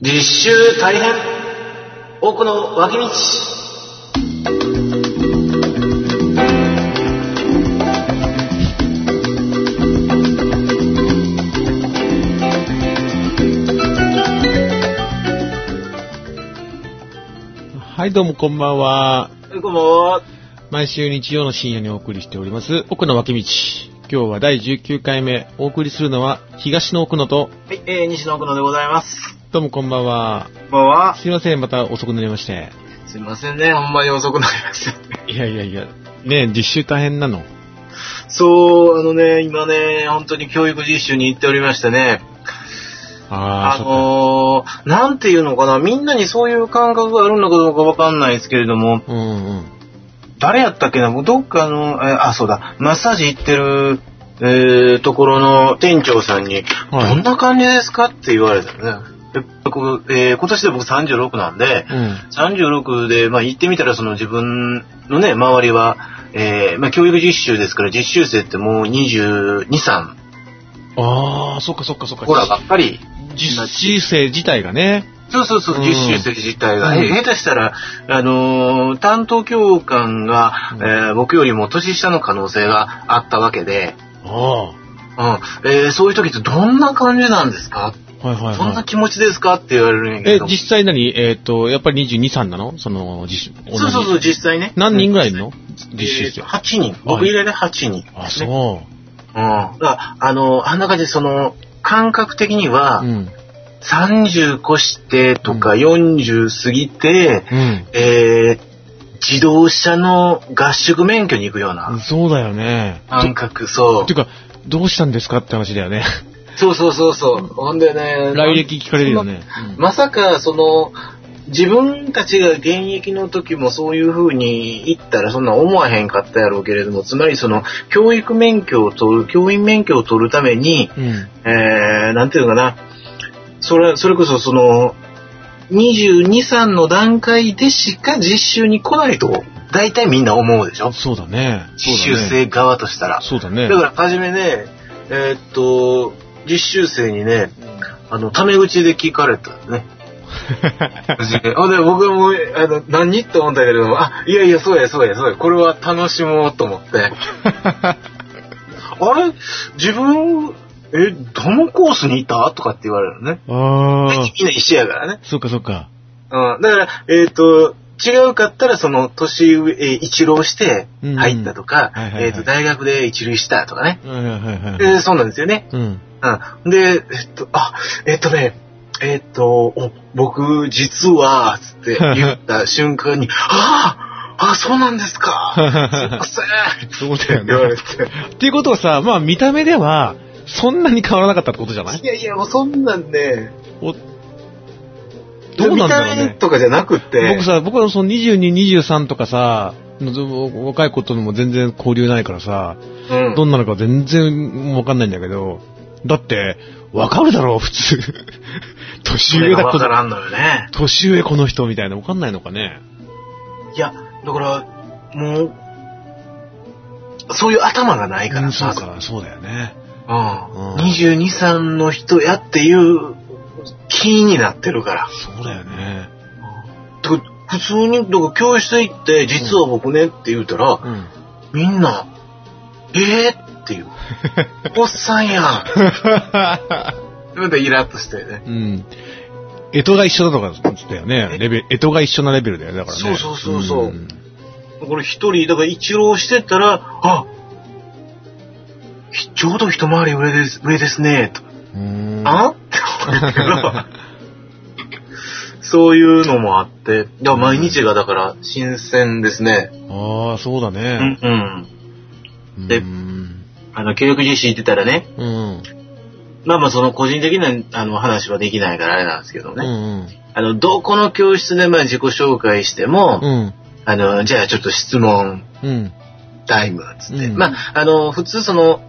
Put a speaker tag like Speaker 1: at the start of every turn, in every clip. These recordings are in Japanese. Speaker 1: 実習大変奥の脇道
Speaker 2: はい、どうもこんばんは。
Speaker 1: こんばんは
Speaker 2: 毎週日曜の深夜にお送りしております、奥の脇道。今日は第19回目、お送りするのは、東の奥野と、
Speaker 1: はい、えー、西の奥野でございます
Speaker 2: どうもこんばんは。
Speaker 1: こんばんは
Speaker 2: すいません、また遅くなりまして。
Speaker 1: すいませんねほんまに遅くなりました
Speaker 2: いやいやいや、ねえ、実習大変なの。
Speaker 1: そうあのね今ね本当に教育実習に行っておりましてね
Speaker 2: あ
Speaker 1: あ
Speaker 2: あ、
Speaker 1: のー、なんていうのかなみんなにそういう感覚があるのかどうかわかんないですけれども
Speaker 2: そっか。うんうん。
Speaker 1: 誰やったっけなどっかのえあそうだマッサージ行ってるえー、ところの店長さんに、
Speaker 2: はい
Speaker 1: どんな感じですかって言われたよね。で僕えー今年で僕36なんで、
Speaker 2: うん。
Speaker 1: 36で、まあ、行ってみたらその自分のね周りは、えーまあ、教育実習ですから実習生ってもう223
Speaker 2: ああ、そっかそっかそっか。
Speaker 1: ほらばっかり
Speaker 2: 実習生自体がね。
Speaker 1: そうそうそう
Speaker 2: うん
Speaker 1: 実習生自体が、
Speaker 2: うん
Speaker 1: へ下手したら、あのー担当教官が、
Speaker 2: うん
Speaker 1: えー僕よりも年下の可能性があったわけで、
Speaker 2: あ
Speaker 1: うんえーそういう時ってどんな感じなんですか
Speaker 2: あ。はいはい
Speaker 1: どんな
Speaker 2: はい。
Speaker 1: 気持ちですかって言われるんやけ
Speaker 2: え
Speaker 1: ど、
Speaker 2: 実際何えっ、と、やっぱり22、3なのその、実習。
Speaker 1: そうそうそう
Speaker 2: 同じ
Speaker 1: 実際ね
Speaker 2: 何人ぐらいいる
Speaker 1: の
Speaker 2: の実習生。
Speaker 1: 8人僕以外で8人、
Speaker 2: あ、そう。
Speaker 1: うん。だからあの、あんな感じで、その、感覚的には
Speaker 2: う、ん。
Speaker 1: 30越してとか40過ぎて、
Speaker 2: うん。
Speaker 1: えー自動車の合宿免許に行くような
Speaker 2: そうだよね。
Speaker 1: 感覚、そ
Speaker 2: どていうか、どうしたんですかって話だよ ね。
Speaker 1: う。そうそうそうそう。ほんでね、
Speaker 2: 来歴聞かれるよね。
Speaker 1: まさか、その、自分たちが現役の時もそういう風に行ったらそんな思わへんかったやろうけれども、つまりその、教育免許を取る、教員免許を取るために、
Speaker 2: うん。うん。
Speaker 1: えー、なんていうのかな、それ、それこそその、22、3の段階でしか実習に来ないと、大体みんな思うでしょ
Speaker 2: そうだね。そう
Speaker 1: 実習
Speaker 2: だね
Speaker 1: 生側としたら。
Speaker 2: そうだね
Speaker 1: だ。から、初めね、えーっと、実習生にね、あの、タメ口で聞かれた のね。初めほんで、僕はもう、あの、何って思ったけれども、あ、いやいや、そうや、そうや、そうや、これは楽しもうと思 って。あれ自分、え、どのコースにいたとかって言われるのね。
Speaker 2: ああ。
Speaker 1: みんな一緒やからね。
Speaker 2: そうかそうか。
Speaker 1: うん。だから、えっ、と、違うかったら、その、年上、えー一浪して入ったとか、
Speaker 2: うんうんはいはいはい
Speaker 1: えっ、と、大学で一類したとかね。
Speaker 2: はいはいはい
Speaker 1: え
Speaker 2: はい。
Speaker 1: ーそうなんですよね。
Speaker 2: うん。
Speaker 1: うん。で、えっと、あ、えっとね、えっと、お僕、実は、つって言った瞬間 に、ああ、あ、そうなんですか。すいません。
Speaker 2: そう
Speaker 1: っ
Speaker 2: だ
Speaker 1: て言わ
Speaker 2: よ
Speaker 1: れ
Speaker 2: ね。
Speaker 1: て。
Speaker 2: っていうことはさ、まあ見た目では、そんなに変わらなかったってことじゃない
Speaker 1: いやいや、もうそんなんね、
Speaker 2: おどうなんだろう
Speaker 1: 見た目
Speaker 2: ね。
Speaker 1: とかじゃなくって、
Speaker 2: 僕さ、僕はその22、23とかさ、の若い子とも全然交流ないからさ、
Speaker 1: うん
Speaker 2: どんなのか全然わかんないんだけど、だって、わかるだろう、普通。
Speaker 1: そ
Speaker 2: 年
Speaker 1: れ
Speaker 2: 上
Speaker 1: が
Speaker 2: だ
Speaker 1: わ
Speaker 2: っ
Speaker 1: か
Speaker 2: たら、
Speaker 1: らんのよね。
Speaker 2: 年上この人みたいな、わかんないのかね。
Speaker 1: いや、だから、もう、そういう頭がないか
Speaker 2: う
Speaker 1: ら
Speaker 2: んそ
Speaker 1: さ
Speaker 2: う、か、そうだよね。
Speaker 1: うん
Speaker 2: うん
Speaker 1: 22、3の人やっていう気になってるから。
Speaker 2: そうだよね。
Speaker 1: だから普通に、だから教室行って、実は僕ねって言うたら、
Speaker 2: うん。
Speaker 1: みんな、えー、って いう。おっさんやん。なんかイラッとしてね。
Speaker 2: うん。 干支が一緒だとかっつったよね。レベル、干支が一緒なレベルだよね、だからね。
Speaker 1: そうそうそうそうんこれ一人、だから一浪してたら、あひちょうど一回り上です、上ですね、と。
Speaker 2: うん。
Speaker 1: あって思うけど、 そういうのもあって、いや毎日がだから新鮮ですね。
Speaker 2: ああ、そうだ
Speaker 1: う
Speaker 2: ね。
Speaker 1: うん。で
Speaker 2: うん。
Speaker 1: あの、教育実習行ってたらね、
Speaker 2: うん。
Speaker 1: まあまあその個人的なあの話はできないからあれなんですけど
Speaker 2: う
Speaker 1: ね、
Speaker 2: ん。
Speaker 1: あの、どこの教室でまあ自己紹介しても、
Speaker 2: うん。
Speaker 1: あの、じゃあちょっと質問
Speaker 2: うん。
Speaker 1: タイム、つって。
Speaker 2: うん
Speaker 1: まあ、あの、普通その、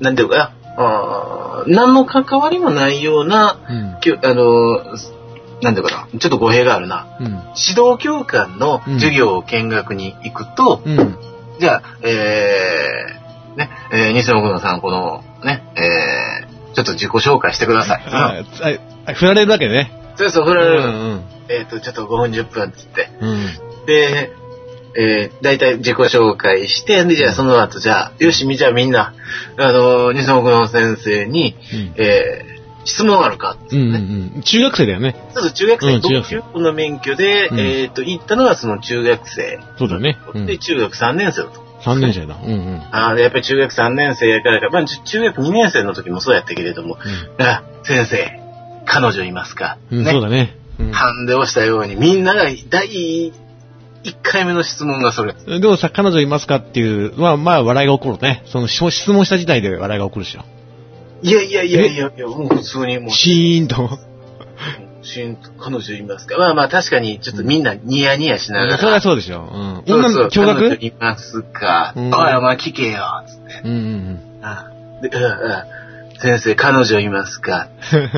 Speaker 1: なんていうのかな、あー何の関わりもないような、
Speaker 2: うん。
Speaker 1: きゅあの、なんていうのかな、ちょっと語弊があるな。
Speaker 2: うん。
Speaker 1: 指導教官の授業を見学に行くと、
Speaker 2: うん。
Speaker 1: じゃあ、えー、ね、えー、西野君さん、この、ね、えー、ちょっと自己紹介してください。
Speaker 2: あ、ああ振られるわけね。
Speaker 1: そうそう、振
Speaker 2: う
Speaker 1: られるの。
Speaker 2: ん
Speaker 1: えっ、と、ちょっと5分10分って言って。
Speaker 2: うん。うん。
Speaker 1: で、えー、大体自己紹介して、で、じゃあその後、じゃあ、よし、みじゃあみんな、あの、二足の先生に、えー、質問あるか
Speaker 2: うんうんうん。中学生だよね。
Speaker 1: ちょっと中学生、
Speaker 2: うん中学生
Speaker 1: 僕の免許で、
Speaker 2: うん
Speaker 1: えっ、と、行ったのがその中学生。
Speaker 2: そうだね。うん
Speaker 1: で、中学3年生だと。
Speaker 2: 3年生だ。うんうん。
Speaker 1: ああ、でやっぱり中学3年生やからか、まあ、ち中学2年生の時もそうやったけれども、あ、先生、彼女いますか、
Speaker 2: うんうん、
Speaker 1: ね
Speaker 2: そうだね。うん
Speaker 1: ハンデをしたように、みんなが第1回目の質問がそれ。
Speaker 2: でもさ、彼女いますかっていう、まあまあ笑いが起こるね。そのし質問した時代で笑いが起こるでしょ。
Speaker 1: いやいやいやいやいや、もう普通にもう、
Speaker 2: シーンと。
Speaker 1: しん彼女いますかまあまあ確かに、ちょっとみんなニヤニヤし
Speaker 2: そ
Speaker 1: なが
Speaker 2: りゃ
Speaker 1: ら、
Speaker 2: そうでしょ。うん。
Speaker 1: そう
Speaker 2: 女
Speaker 1: そう
Speaker 2: の子、驚
Speaker 1: 彼女
Speaker 2: 愕
Speaker 1: いますか、
Speaker 2: うん
Speaker 1: おい、お前聞けよ、つって。
Speaker 2: うんうん
Speaker 1: あでうんうん先生、彼女いますか
Speaker 2: うん。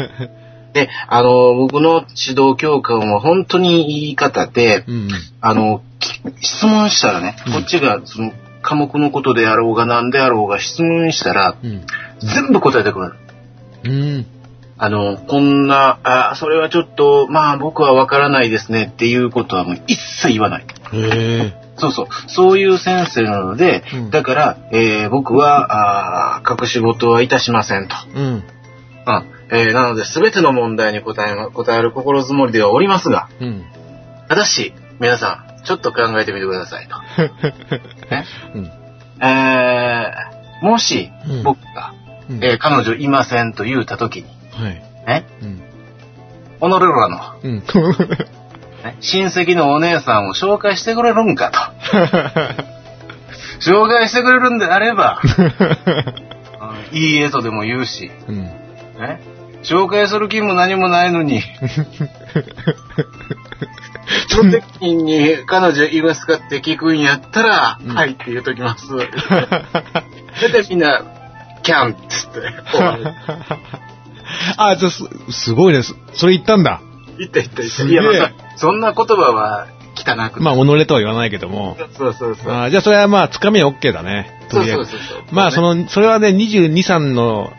Speaker 1: で、あの、僕の指導教官は本当に言い方で、
Speaker 2: うんうん。
Speaker 1: あの、き質問したらね、
Speaker 2: うん
Speaker 1: こっちがその科目のことであろうが何であろうが質問したら、
Speaker 2: うん。
Speaker 1: 全部答えてくれる。
Speaker 2: うん。
Speaker 1: あの、こんな、あ、それはちょっと、まあ僕はわからないですねっていうことはもう一切言わない。
Speaker 2: へえ。
Speaker 1: そうそう。そういう先生なので、
Speaker 2: うん
Speaker 1: だから、えー僕は、あー隠し事はいたしませんと。
Speaker 2: うん。
Speaker 1: うん。えーなので、すべての問題に答えま、答える心づもりではおりますが、
Speaker 2: うん。
Speaker 1: ただし、皆さん、ちょっと考えてみてくださいと。ね
Speaker 2: うん。
Speaker 1: えーもし
Speaker 2: うん、
Speaker 1: 僕が、
Speaker 2: うん
Speaker 1: えー彼女いませんと言うたときに、
Speaker 2: はい。
Speaker 1: ね、
Speaker 2: う
Speaker 1: 己ら
Speaker 2: ん。
Speaker 1: の、
Speaker 2: うん。
Speaker 1: ね、親戚のお姉さんを紹介してくれるんかと。紹介してくれるんであれば、うんいいえとでも言うし、
Speaker 2: うん。
Speaker 1: ね、紹介する気も何もないの に、その時に彼女いますかって聞くんやったら、
Speaker 2: うん
Speaker 1: はいって言うときます。大体みんな、キャンっつっ て、終わる
Speaker 2: あ、じゃあす、すごいです。それ言ったんだ。
Speaker 1: 行った行った行った。
Speaker 2: すげ
Speaker 1: い
Speaker 2: え
Speaker 1: や、まあそそんな言葉は汚くて。
Speaker 2: まあ、己とは言わないけども。
Speaker 1: そうそうそう。
Speaker 2: あーじゃあ、それはまあ、つかみは OK だね。
Speaker 1: そ
Speaker 2: と
Speaker 1: う
Speaker 2: りあ
Speaker 1: そ
Speaker 2: え
Speaker 1: う
Speaker 2: ず。
Speaker 1: そうそう。
Speaker 2: まあ、その、それはね、22、3の、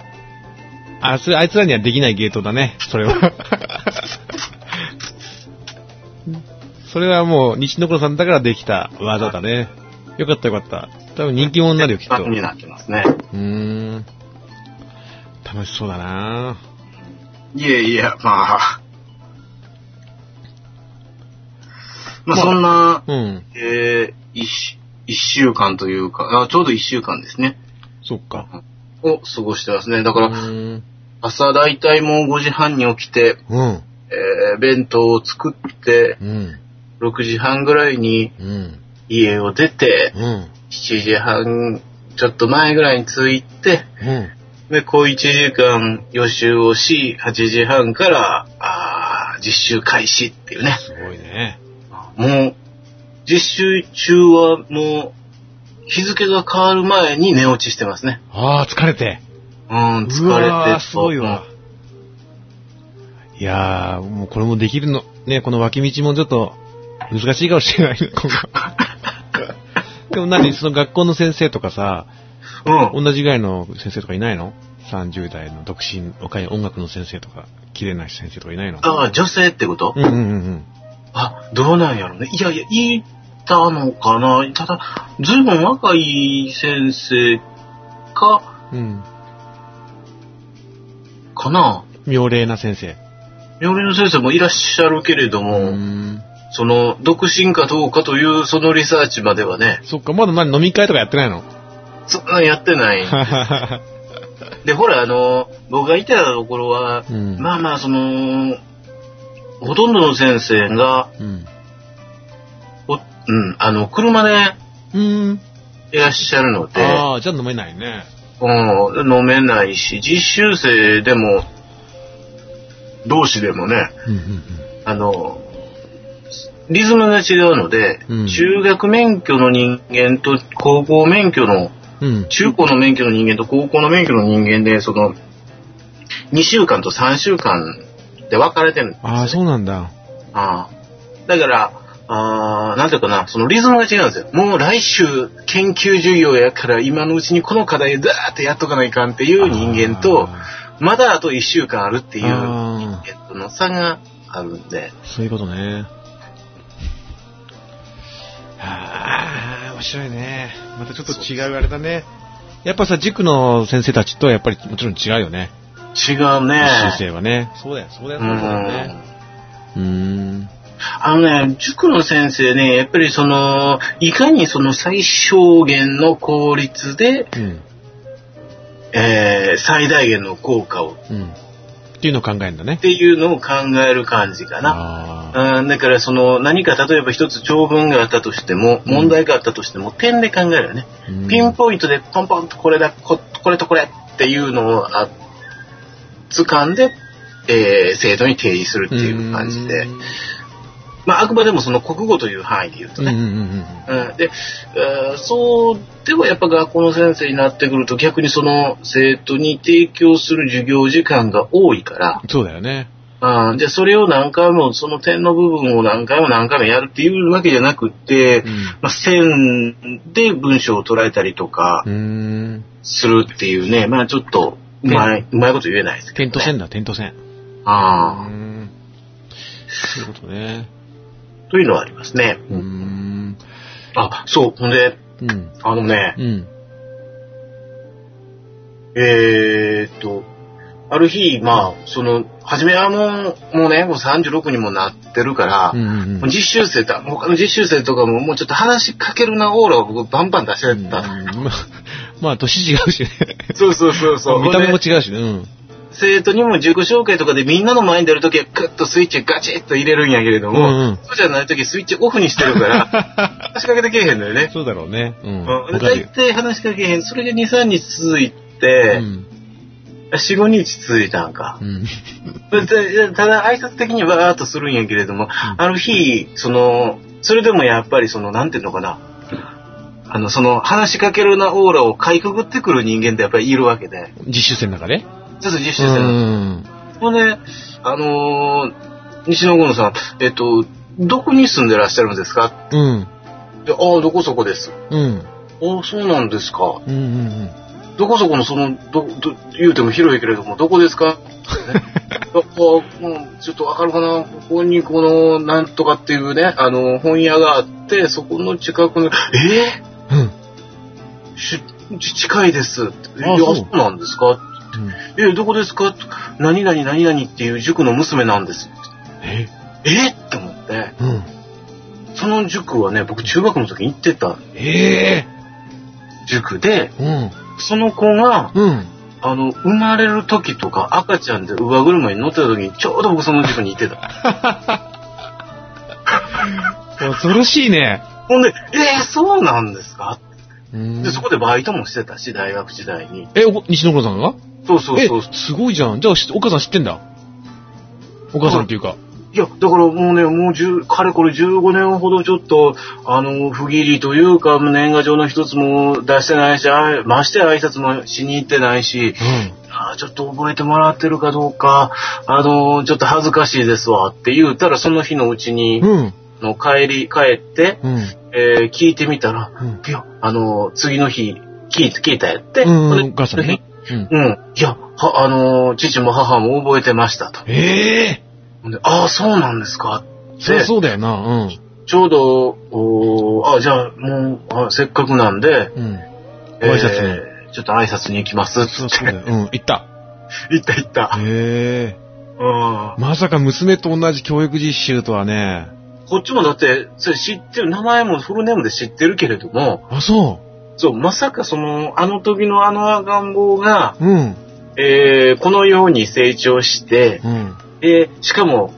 Speaker 2: あ、それ、あいつらにはできないゲートだね。それは。 それはもう、西野黒さんだからできた技だね。よかったよかった。多分人気者になるよ、きっと。
Speaker 1: 番組になってますね。
Speaker 2: うーん。楽しそうだない
Speaker 1: やいや、まあ。まあ、
Speaker 2: まあ
Speaker 1: そんな、
Speaker 2: うん。
Speaker 1: えー、一週一週間というか、あちょうど一週間ですね。
Speaker 2: そっか。
Speaker 1: を過ごしてますね。だ
Speaker 2: う
Speaker 1: から、
Speaker 2: ーん。
Speaker 1: 朝大体もう5時半に起きて、
Speaker 2: うん。
Speaker 1: えー、弁当を作って、
Speaker 2: うん。
Speaker 1: 6時半ぐらいに
Speaker 2: うん。
Speaker 1: 家を出て、
Speaker 2: うん。
Speaker 1: 7時半ちょっと前ぐらいに着いて、
Speaker 2: うん。
Speaker 1: で、こう1時間予習をし、8時半から、あー実習開始っていうね。
Speaker 2: すごいね。
Speaker 1: もう、実習中はもう、日付が変わる前に寝落ちしてますね。
Speaker 2: ああ、疲れて。
Speaker 1: うん、疲
Speaker 2: う
Speaker 1: れ
Speaker 2: わ
Speaker 1: て
Speaker 2: ーすごいわ。。いやー、もうこれもできるの、ね、この脇道もちょっと難しいかもしれないね、今 後でも何、その学校の先生とかさ、
Speaker 1: うん。
Speaker 2: 同じぐらいの先生とかいないの ?30 代の独身、若い音楽の先生とか、綺麗な先生とかいないの
Speaker 1: ああ、女性ってこと、
Speaker 2: うんうんうん
Speaker 1: あ、どうなんやろね。いやいや、いたのかな。ただ、ずいぶん若い先生か、
Speaker 2: うん。うん。
Speaker 1: かな。
Speaker 2: 妙齢な先生。
Speaker 1: 病理の先生もいらっしゃるけれど
Speaker 2: う
Speaker 1: も、
Speaker 2: ん。
Speaker 1: その、独身かどうかというそのリサーチまではね、
Speaker 2: そっか、まだ何飲み会とかやってないの
Speaker 1: そんなんやってない。で、ほら、あの、僕がいたところは、
Speaker 2: うん。
Speaker 1: まあまあ、その、ほとんどの先生が、
Speaker 2: うん。
Speaker 1: おうん、あの、車で
Speaker 2: うん。
Speaker 1: いらっしゃるので、
Speaker 2: ああ、じゃあ飲めないね。
Speaker 1: うん、飲めないし、実習生でも、同士でもね、
Speaker 2: うんうん
Speaker 1: あの、リズムが違うので、
Speaker 2: うん
Speaker 1: 中学免許の人間と高校免許の、
Speaker 2: うん。うん。
Speaker 1: 中高の免許の人間と高校の免許の人間で、その、2週間と3週間で分かれてるんですよ
Speaker 2: ああ、そうなんだ。
Speaker 1: ああだから、ああなんていうかな、そのリズムが違うんですよ。もう来週研究授業やから今のうちにこの課題をダーってやっとかないかんっていう人間と、
Speaker 2: あ
Speaker 1: まだあと1週間あるっていう
Speaker 2: ー、
Speaker 1: 人
Speaker 2: あ
Speaker 1: ケットの差があるんで、
Speaker 2: そういうことね。ああ、面白いね。またちょっと違うあれだね。やっぱさ、塾の先生たちとはやっぱりもちろん違うよね。
Speaker 1: 違う
Speaker 2: 修
Speaker 1: ね。
Speaker 2: 正はね。そうだよ、そうだよ、
Speaker 1: う
Speaker 2: そうだよね。
Speaker 1: ん。
Speaker 2: うーん。
Speaker 1: あのね、塾の先生ね、やっぱりその、いかにその最小限の効率で、
Speaker 2: うん。
Speaker 1: えー、最大限の効果をっ
Speaker 2: うん。っていうのを考えるんだね。
Speaker 1: ていうのを考える感じかな。
Speaker 2: あ
Speaker 1: うん、だからその何か例えば一つ長文があったとしても、
Speaker 2: うん
Speaker 1: 問題があったとしても、点で考えるよね。
Speaker 2: あ。うん
Speaker 1: ピンポイントでポンポンとこれだ、ここれとこれっていうのをあ掴んで、えー、生徒に提示するっていう感じで
Speaker 2: う。ん
Speaker 1: まあ、あくまでもその国語という範囲で言うと
Speaker 2: うん
Speaker 1: ね。
Speaker 2: うんうん。
Speaker 1: うんで、えーそうではやっぱ学校の先生になってくると逆にその生徒に提供する授業時間が多いから、
Speaker 2: そうだよね。
Speaker 1: あーじゃあそれを何回も、その点の部分を何回も何回もやるっていうわけじゃなくって、
Speaker 2: うん
Speaker 1: まあ、線で文章を捉えたりとか
Speaker 2: うーん。
Speaker 1: するっていうね、まあちょっとうまい、うまいこと言えないですけ
Speaker 2: 点
Speaker 1: ど、
Speaker 2: と
Speaker 1: ね。
Speaker 2: 線だ、点と線。うー
Speaker 1: あ
Speaker 2: ん。そういうことね。
Speaker 1: あ、というのはありますね。
Speaker 2: うーん。
Speaker 1: あ、そう、ほんで、
Speaker 2: うん。
Speaker 1: あのね、
Speaker 2: うん。
Speaker 1: えーっと、ある日、まあ、その、はじめはもう、もうね、もう36にもなってるから、
Speaker 2: うんうん
Speaker 1: もう実習生と、他の実習生とかも、もうちょっと話しかけるなオーラを僕バンバン出してた。
Speaker 2: うん。 まあ、まあ、年違うしね。
Speaker 1: そうそうそうそう。
Speaker 2: 見た目
Speaker 1: ほ
Speaker 2: も
Speaker 1: んで
Speaker 2: 違うしね。うん。
Speaker 1: 生徒にも自己紹介とかでみんなの前に出るときはクッとスイッチガチッと入れるんやけれども、
Speaker 2: うんうん
Speaker 1: そうじゃないときスイッチオフにしてる から、話しかけてけえへんのよね。
Speaker 2: そうだろうね。う。
Speaker 1: うんん、
Speaker 2: わか
Speaker 1: だ
Speaker 2: る
Speaker 1: い
Speaker 2: よ。
Speaker 1: たい話しかけへん。それが2、3日続いうて、
Speaker 2: ん。
Speaker 1: 4、5日続いたんか
Speaker 2: う。ん。
Speaker 1: でただ挨拶的にわーっとするんやけれども、あの日、その、それでもやっぱりその、なんていうのかな。あの、その、話しかけるなオーラをかいくぐってくる人間ってやっぱりいるわけで、
Speaker 2: 実習生の中で
Speaker 1: ちょっと実習
Speaker 2: う
Speaker 1: 生の
Speaker 2: ん。
Speaker 1: ほんで、あのー西野郷さん、えっと、どこに住んでらっしゃるんですか
Speaker 2: うん。
Speaker 1: で、ああ、どこそこです。
Speaker 2: うん。
Speaker 1: ああ、そうなんですか。
Speaker 2: うん。うん。
Speaker 1: どこそこのその、ど、ど、言うても広いけれども、どこです かああうんちょっとわかるかなここにこの、なんとかっていうね、あの、本屋があって、そこの近くの、え
Speaker 2: うん。
Speaker 1: ー、しち近いです。え
Speaker 2: あ
Speaker 1: いや、
Speaker 2: そう
Speaker 1: そうなんですかえ、どこですか何々何々っていう塾の娘なんです。
Speaker 2: え
Speaker 1: えって思って。
Speaker 2: うん。
Speaker 1: その塾はね、僕中学の時に行ってた
Speaker 2: ええ
Speaker 1: 塾で、
Speaker 2: うん。
Speaker 1: その子が、
Speaker 2: うん。
Speaker 1: あの、生まれる時とか赤ちゃんで上車に乗ってた時に、ちょうど僕その塾に行ってた。
Speaker 2: 恐ろしいね。
Speaker 1: ほんで、えー、そうなんですか
Speaker 2: うん
Speaker 1: で、そこでバイトもしてたし、大学時代に。
Speaker 2: え、お西野岡さんが
Speaker 1: そうそうそうそう。
Speaker 2: え、すごいじゃん。じゃあ、しお母さん知ってんだ。お母さんっていうか。
Speaker 1: いや、だからもうね、もう10、かれこれ15年ほどちょっと、あの、不義理というか、年賀状の一つも出してないし、あいましてや挨拶もしに行ってないし、あーちょっと覚えてもらってるかどうか、あのーちょっと恥ずかしいですわって言うたら、その日のうちに
Speaker 2: う、ん。
Speaker 1: の帰り、帰って、
Speaker 2: うん。うん。
Speaker 1: えー聞いてみたら、
Speaker 2: うん
Speaker 1: いや、あのー次の日、聞い聞いたやって、
Speaker 2: うん。
Speaker 1: ほ
Speaker 2: お
Speaker 1: んで
Speaker 2: 母さんね。うん。
Speaker 1: うん、いや、は、あのー父も母も覚えてましたと。
Speaker 2: ええ
Speaker 1: ほんでああ、そうなんですか。
Speaker 2: そりゃそうだよな。
Speaker 1: ちょうど、おーあ、じゃあ、もう、あせっかくなんで、
Speaker 2: うん。うん。ご挨拶に
Speaker 1: ーちょっと挨拶に行きます。
Speaker 2: そうそうだよ。うん。行った。
Speaker 1: 行った行った。
Speaker 2: ええ
Speaker 1: うん
Speaker 2: まさか娘と同じ教育実習とはね。
Speaker 1: こっちもだって、それ知ってる、名前もフルネームで知ってるけれども、
Speaker 2: あ、そ
Speaker 1: そう、まさかその、あの時のあの赤ん坊が、
Speaker 2: う。うん。
Speaker 1: えー、このように成長して、
Speaker 2: うん。
Speaker 1: で、しかも、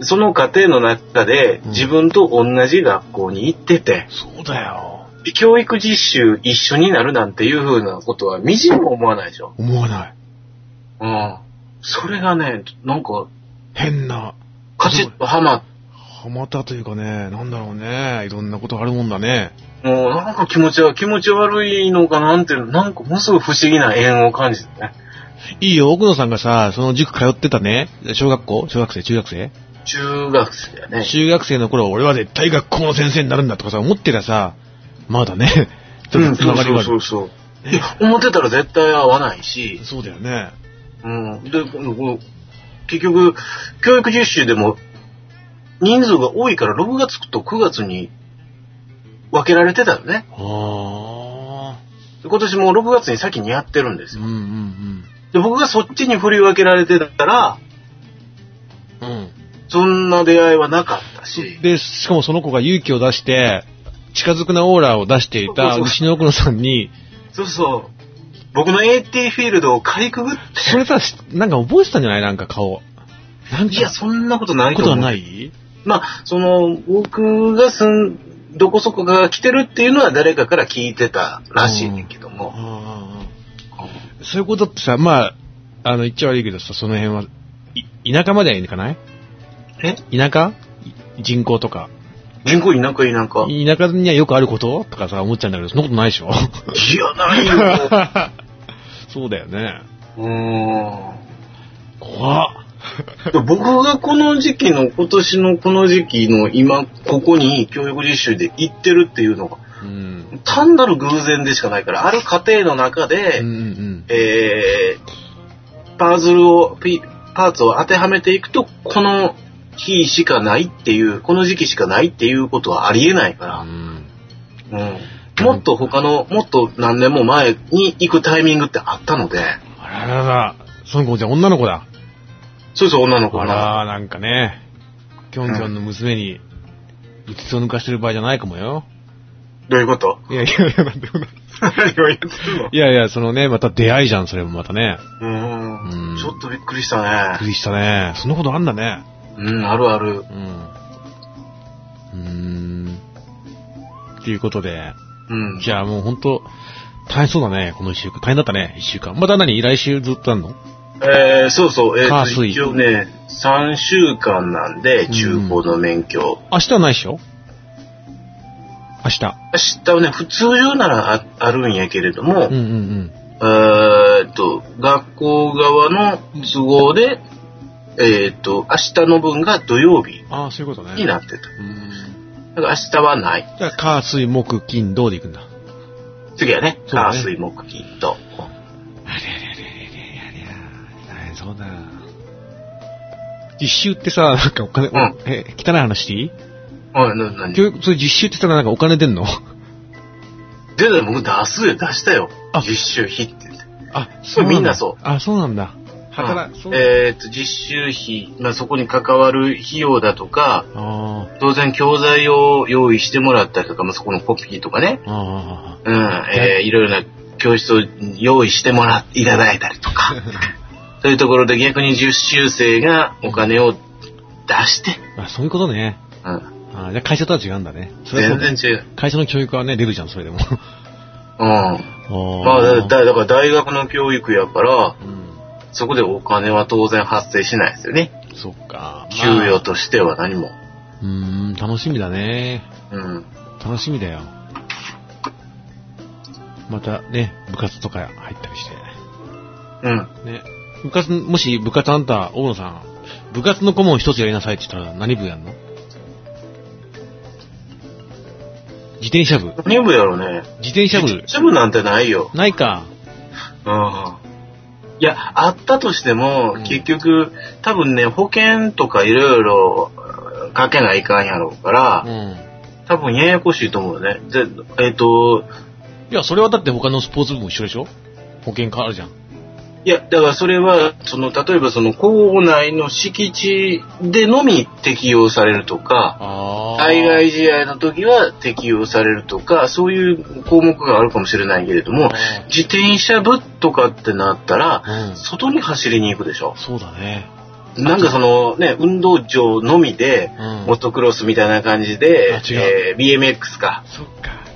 Speaker 1: その家庭の中で
Speaker 2: うん
Speaker 1: 自分と同じ学校に行ってて、
Speaker 2: そうだよ。
Speaker 1: 教育実習一緒になるなんていう風なことはみじんも思わないでしょ。
Speaker 2: 思わない。
Speaker 1: うん。それがね、なんか、
Speaker 2: 変な、
Speaker 1: カチッとハマっ
Speaker 2: ハマったというかね、なんだろうね。いろんなことあるもんだね。
Speaker 1: もうなんか気持ちは気持ち悪いのかなんていうの、なんかものすごい不思議な縁を感じてね。
Speaker 2: いいよ、奥野さんがさ、その塾通ってたね、小学校小学生中学生
Speaker 1: 中学生だね。
Speaker 2: 中学生の頃、俺は絶対学校の先生になるんだとかさ、思ってたさ、まだね、ちょっとつながりがあ
Speaker 1: そ
Speaker 2: る。
Speaker 1: うそうそう。いや、思ってたら絶対合わないし、
Speaker 2: そうだよね。
Speaker 1: うん。で、このこの結局、教育実習でも、人数が多いから6月と9月に分けられてたよね。
Speaker 2: ああ。
Speaker 1: 今年も6月に先にやってるんです
Speaker 2: う
Speaker 1: よ。
Speaker 2: んうん
Speaker 1: で、僕がそっちに振り分けられてたら、
Speaker 2: うん。うん。
Speaker 1: そんな出会いはなかったし、
Speaker 2: で、しかもその子が勇気を出して、近づくなオーラを出していた
Speaker 1: そうそう
Speaker 2: 牛の奥野さんに、
Speaker 1: そうそう、僕の AT フィールドをかいくぐって、
Speaker 2: それさ、なんか覚えてたんじゃないなんか顔。なんか、
Speaker 1: いや、そんなことない
Speaker 2: ことと
Speaker 1: 思
Speaker 2: は
Speaker 1: う。
Speaker 2: ない
Speaker 1: まあ、その、僕が住ん、どこそこが来てるっていうのは誰かから聞いてたらしいねんけども。
Speaker 2: ああ。そういうことってさ、まあ、あの、言っちゃ悪いけどさ、その辺は、い田舎まではいかない
Speaker 1: え
Speaker 2: 田舎い人口とか。
Speaker 1: 人口田舎田舎。い
Speaker 2: 田舎にはよくあることとかさ、思っちゃうんだけど、そんなことないでしょ
Speaker 1: や、ないよ。
Speaker 2: そうだよね。
Speaker 1: うーん。
Speaker 2: 怖っ。
Speaker 1: 僕がこの時期の、今年のこの時期の今、ここに教育実習で行ってるっていうのが、
Speaker 2: うん。
Speaker 1: 単なる偶然でしかないから、ある過程の中で、
Speaker 2: うんうん
Speaker 1: えー、パズルを、ピパーツを当てはめていくと、この日しかないっていう、この時期しかないっていうことはありえない
Speaker 2: うん。う
Speaker 1: か
Speaker 2: ん
Speaker 1: ら、うん。もっと他の、もっと何年も前に行くタイミングってあったので、
Speaker 2: あららら、その子じゃ女の子だ。
Speaker 1: そうそう、女の子
Speaker 2: あ
Speaker 1: かな。
Speaker 2: らー、なんかね、きょんきょんの娘に、うつつを抜かしてる場合じゃないかもよ。
Speaker 1: どういうこと
Speaker 2: いやいやいや、なんでもない。
Speaker 1: 何を言ってるの
Speaker 2: いやいや、そのね、また出会いじゃん、それもまたね。
Speaker 1: うー
Speaker 2: うん
Speaker 1: んちょっとびっくりした
Speaker 2: びっく
Speaker 1: ね。
Speaker 2: りしたね。そんなことあんだね。
Speaker 1: うん、あるある。
Speaker 2: うん。うーん。ということで、
Speaker 1: うん。
Speaker 2: じゃあもうほんと、大変そうだね、この一週間。大変だったね、一週間。また何来週ずっとあんの
Speaker 1: えー、そうそう、えー、
Speaker 2: 火
Speaker 1: と
Speaker 2: 水
Speaker 1: 一応ね、3週間なんで、
Speaker 2: うん
Speaker 1: 中古の免許。
Speaker 2: 明日はないでしょ明日。
Speaker 1: 明日はね、普通上ならああるんやけれども、
Speaker 2: うんうん
Speaker 1: えーっと、学校側の都合で、えーっと、明日の分が土曜日
Speaker 2: うん。ああ、そういうことね。
Speaker 1: になってた。
Speaker 2: うん。
Speaker 1: だから明日はない。
Speaker 2: じゃあ、火、水、木、金、どうで行くんだ
Speaker 1: 次はね、
Speaker 2: そうだ
Speaker 1: 火、
Speaker 2: ね
Speaker 1: 水、木、金と。
Speaker 2: ありゃりゃりゃりゃりゃりゃ大変そうだ。実習ってさ、なんかお金、
Speaker 1: うん
Speaker 2: え、汚い話していい
Speaker 1: おい、な、なに
Speaker 2: 教育、それ実習ってさ、なんかお金出 んの
Speaker 1: 出た僕出すよ、出したよ
Speaker 2: あ。
Speaker 1: 実習費って。
Speaker 2: あ、
Speaker 1: みんなそう。
Speaker 2: あ、そうなんだ。働、
Speaker 1: うん
Speaker 2: そう。
Speaker 1: えーっと、実習費、まあ、そこに関わる費用だとか、
Speaker 2: あー
Speaker 1: 当然教材を用意してもらったりとか、まあ、そこのコピーとかね、
Speaker 2: あ
Speaker 1: うん、えーいろいろな教室を用意してもらっていただいたりと か、そういうところで逆に実習生がお金を出して、
Speaker 2: ー あ、そういうことね。
Speaker 1: うん、
Speaker 2: あーじゃあ会社とは違うんだね。それはそ
Speaker 1: 全
Speaker 2: うだ
Speaker 1: 然違う。
Speaker 2: 会社の教育はね、出るじゃん、それでも。
Speaker 1: うん。ま
Speaker 2: ま
Speaker 1: あ、だだだから大学の教育やから、
Speaker 2: うん。
Speaker 1: そこでお金は当然発生しないですよね。
Speaker 2: そっか。
Speaker 1: 給与としては何も。
Speaker 2: うーん、楽しみだね。
Speaker 1: うん。
Speaker 2: 楽しみだよ。またね、部活とか入ったりして。
Speaker 1: うん。
Speaker 2: ね。部活、もし部活あんた、大野さん、部活の顧問一つやりなさいって言ったら何部やんの自転車部。
Speaker 1: 何部やろうね。
Speaker 2: 自転車部。
Speaker 1: 部なんてないよ。
Speaker 2: ないか。
Speaker 1: うんいや、あったとしても、
Speaker 2: うん
Speaker 1: 結局、多分ね、保険とかいろいろうんかけないかんやろうか
Speaker 2: う
Speaker 1: ら、
Speaker 2: ん。
Speaker 1: 多分ややこしいと思うよね。で、えっ、と、
Speaker 2: いや、それはだって他のスポーツ部も一緒でしょ保険変わるじゃん。
Speaker 1: いや、だからそれは、その、例えばその、校内の敷地でのみ適用されるとか、
Speaker 2: あ
Speaker 1: 対外試合の時は適用されるとか、そういう項目があるかもしれないけれども、自転車部とかってなったら、
Speaker 2: うん。
Speaker 1: 外に走りに行くでしょ。
Speaker 2: そうだね。
Speaker 1: なんかそのね、運動場のみで、
Speaker 2: うん。
Speaker 1: モトクロスみたいな感じ
Speaker 2: あ
Speaker 1: で、
Speaker 2: 違
Speaker 1: えー BMX か。
Speaker 2: そっ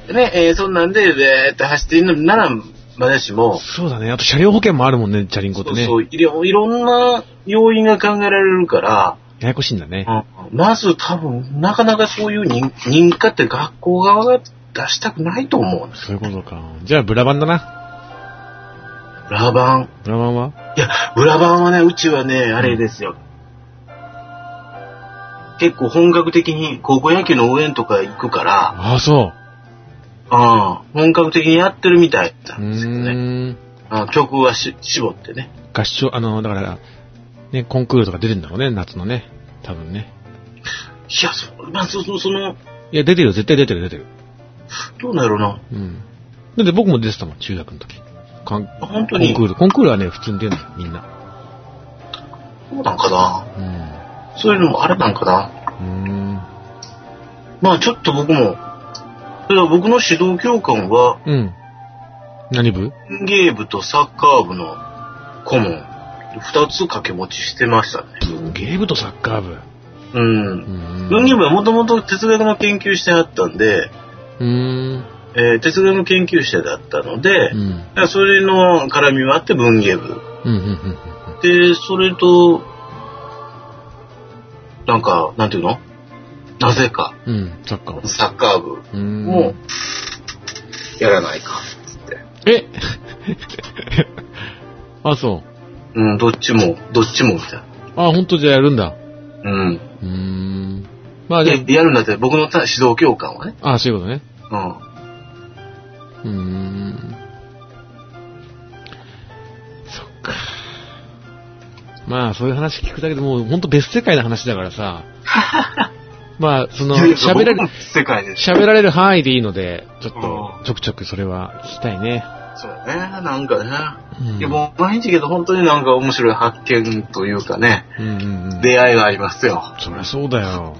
Speaker 2: か。
Speaker 1: ね、えーそんなんで、えーって走っているのなら、まだしも、
Speaker 2: そうだね。あと車両保険もあるもんね、チャリンコってね。
Speaker 1: そうそういろ、いろんな要因が考えられるから、
Speaker 2: ややこしいんだね。
Speaker 1: うんまず多分、なかなかそういう認認可って学校側が出したくないと思う。
Speaker 2: そういうことか。じゃあ、ブラバンだな。
Speaker 1: ラバン。
Speaker 2: ブラバンはい
Speaker 1: や、裏版はね、うちはね、あれですよ。結構本格的に高校野球の応援とか行くから、
Speaker 2: ああ、そ
Speaker 1: ああ、本格的にやってるみたいだった
Speaker 2: う。う
Speaker 1: んですけどね。
Speaker 2: ーん。
Speaker 1: ああ曲はし絞ってね。
Speaker 2: 合唱、あの、だから、ね、コンクールとか出てんだろうね、夏のね。多分ね。
Speaker 1: いや、そ、まあ、そ、そその、
Speaker 2: いや、出てるよ、絶対出てる、出てる。
Speaker 1: どうなんやろうな。
Speaker 2: うん。だって僕も出てたもん、中学の時。コン
Speaker 1: あ本
Speaker 2: コ
Speaker 1: 当
Speaker 2: ン
Speaker 1: に
Speaker 2: ク。ール。コンクールはね、普通に出るのよ、みんな。
Speaker 1: そうなんかな。
Speaker 2: うん。
Speaker 1: そういうのもあれなんかな。
Speaker 2: うーん。
Speaker 1: まあ、ちょっと僕も、ただ僕の指導教官は、
Speaker 2: うん。何部
Speaker 1: 文芸部とサッカー部の顧問、二つ掛け持ちしてましたね。
Speaker 2: 文芸部とサッカー部。
Speaker 1: う。
Speaker 2: うんん
Speaker 1: 文芸部はもともと哲学の研究者だったんで、
Speaker 2: うーん。
Speaker 1: えー哲学の研究者だったので、
Speaker 2: うん。うん。
Speaker 1: だからそれの絡みもあって文芸部。
Speaker 2: うん。
Speaker 1: で、それと、なんか、なんていうのなぜか、
Speaker 2: うん。うん。うんサッカー
Speaker 1: サッカー部
Speaker 2: うーん。
Speaker 1: も、やらないか、つって。
Speaker 2: え あ、そう。
Speaker 1: うん、どっちも、どっちも、みたいな。
Speaker 2: あ、ほんとじゃあやるんだ。
Speaker 1: うん。
Speaker 2: うーん。まあじゃ
Speaker 1: で、やるんだって、僕のた指導教官はね。
Speaker 2: あ、あ、そういうことね。
Speaker 1: うん。
Speaker 2: うーん。そっか。まあ、そういう話聞くだけでもう、ほんと別世界の話だから さ。まあ、その、喋られ、
Speaker 1: 世界で
Speaker 2: 喋られる範囲でいいので、ちょっ
Speaker 1: う
Speaker 2: と、ちょくちょくそれは聞きたいね。
Speaker 1: そうやね、なんかね。
Speaker 2: うん
Speaker 1: いや、もう毎日けど、本当になんか面白い発見というかね、
Speaker 2: うんうんうん。
Speaker 1: 出会いがありますよ。
Speaker 2: そりゃそうだよ。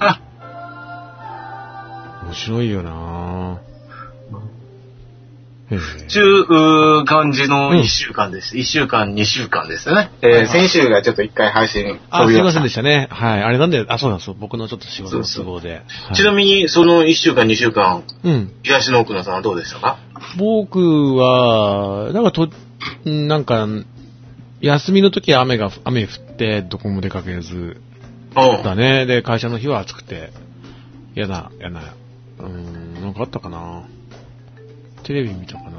Speaker 2: 面白いよなぁ。へえ
Speaker 1: ちゅう感じの
Speaker 2: うん
Speaker 1: 1週間です。1週間、2週間ですね。え
Speaker 2: はい
Speaker 1: ー先週がちょっと1回配信
Speaker 2: あ、
Speaker 1: 飛
Speaker 2: す
Speaker 1: び
Speaker 2: い
Speaker 1: ま
Speaker 2: ま
Speaker 1: し
Speaker 2: せん
Speaker 1: た
Speaker 2: で。したね。はい。あれなんで、あ、そうなんですよ。僕のちょっと仕事の都合で。はい
Speaker 1: ちなみに、その1週間、2週間、
Speaker 2: うん。
Speaker 1: 東の奥野さんはどうでしたか
Speaker 2: 僕は、なんかと、うんなんか、休みの時は雨が、雨降って、どこも出かけず、
Speaker 1: うん。
Speaker 2: だね。で、会社の日は暑くて、嫌だ、嫌だ。うーん、なんかあったかなテレビ見たかな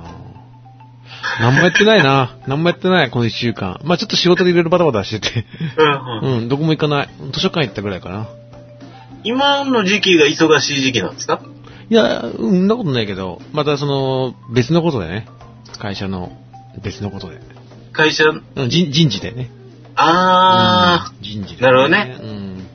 Speaker 2: 何もやってないな。何もやってない、この一週間。まあちょっと仕事でいろいろバタバタしてて。
Speaker 1: うんうん
Speaker 2: うん、どこも行かない。図書館行ったぐらいかな。
Speaker 1: 今の時期が忙しい時期なんですか
Speaker 2: いや、うん、そんなことないけど、またその、別のことでね。会社の、別のことで。
Speaker 1: 会社、
Speaker 2: うん人人事でね。
Speaker 1: あ
Speaker 2: うん人事で、
Speaker 1: なるほどね。
Speaker 2: うん。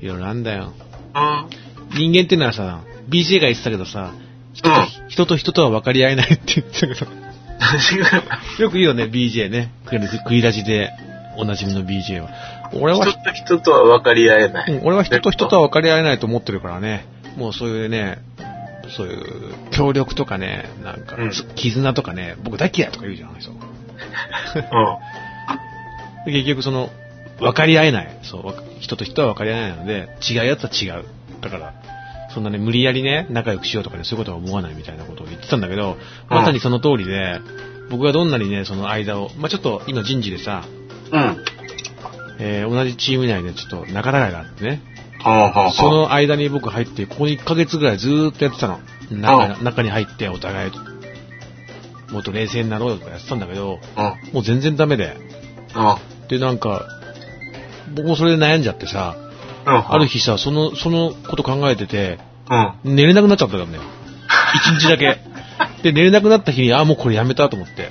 Speaker 2: いろいろあんだよ。
Speaker 1: ー、
Speaker 2: 人間ってのはさ、BJ が言ってたけどさ、人
Speaker 1: うん
Speaker 2: と人と人とは分かり合えないって言ってたけど。
Speaker 1: うん。
Speaker 2: よく言うよね、BJ ね。クイラジクイラジでおなじみの BJ は。俺は、
Speaker 1: 人と人とは分かり合えな
Speaker 2: う
Speaker 1: い。
Speaker 2: ん俺は人と人とは分かり合えないと思ってるからね。もうそういうね、そういう協力とかね、なんか、
Speaker 1: うん
Speaker 2: 絆とかね、僕大嫌いとか言うじゃん、あの人。
Speaker 1: うん。
Speaker 2: で結局その、分かり合えない。そう、わか人と人は分かり合えないので、違うやつは違う。だから、そんなね、無理やりね、仲良くしようとかね、そういうことは思わないみたいなことを言ってたんだけど、まさにその通りで、僕がどんなにね、その間を、まあちょっと今人事でさ、
Speaker 1: うん。
Speaker 2: えー同じチーム内でちょっと仲違いがあってね、
Speaker 1: はあはあはあ
Speaker 2: その間に僕入って、ここ1ヶ月ぐらいずーっとやってたの。中中に入ってお互い、もっと冷静になろうよとかやってたんだけど、
Speaker 1: うん。
Speaker 2: もう全然ダメで、
Speaker 1: う
Speaker 2: で、なんか、僕もそれで悩んじゃってさ、
Speaker 1: ん。うん。
Speaker 2: ある日さ、その、そのこと考えてて、
Speaker 1: うん。
Speaker 2: 寝れなくなっちゃったんだよ。一日だ け。で、寝れなくなった日に、あ、もうこれやめたと思って。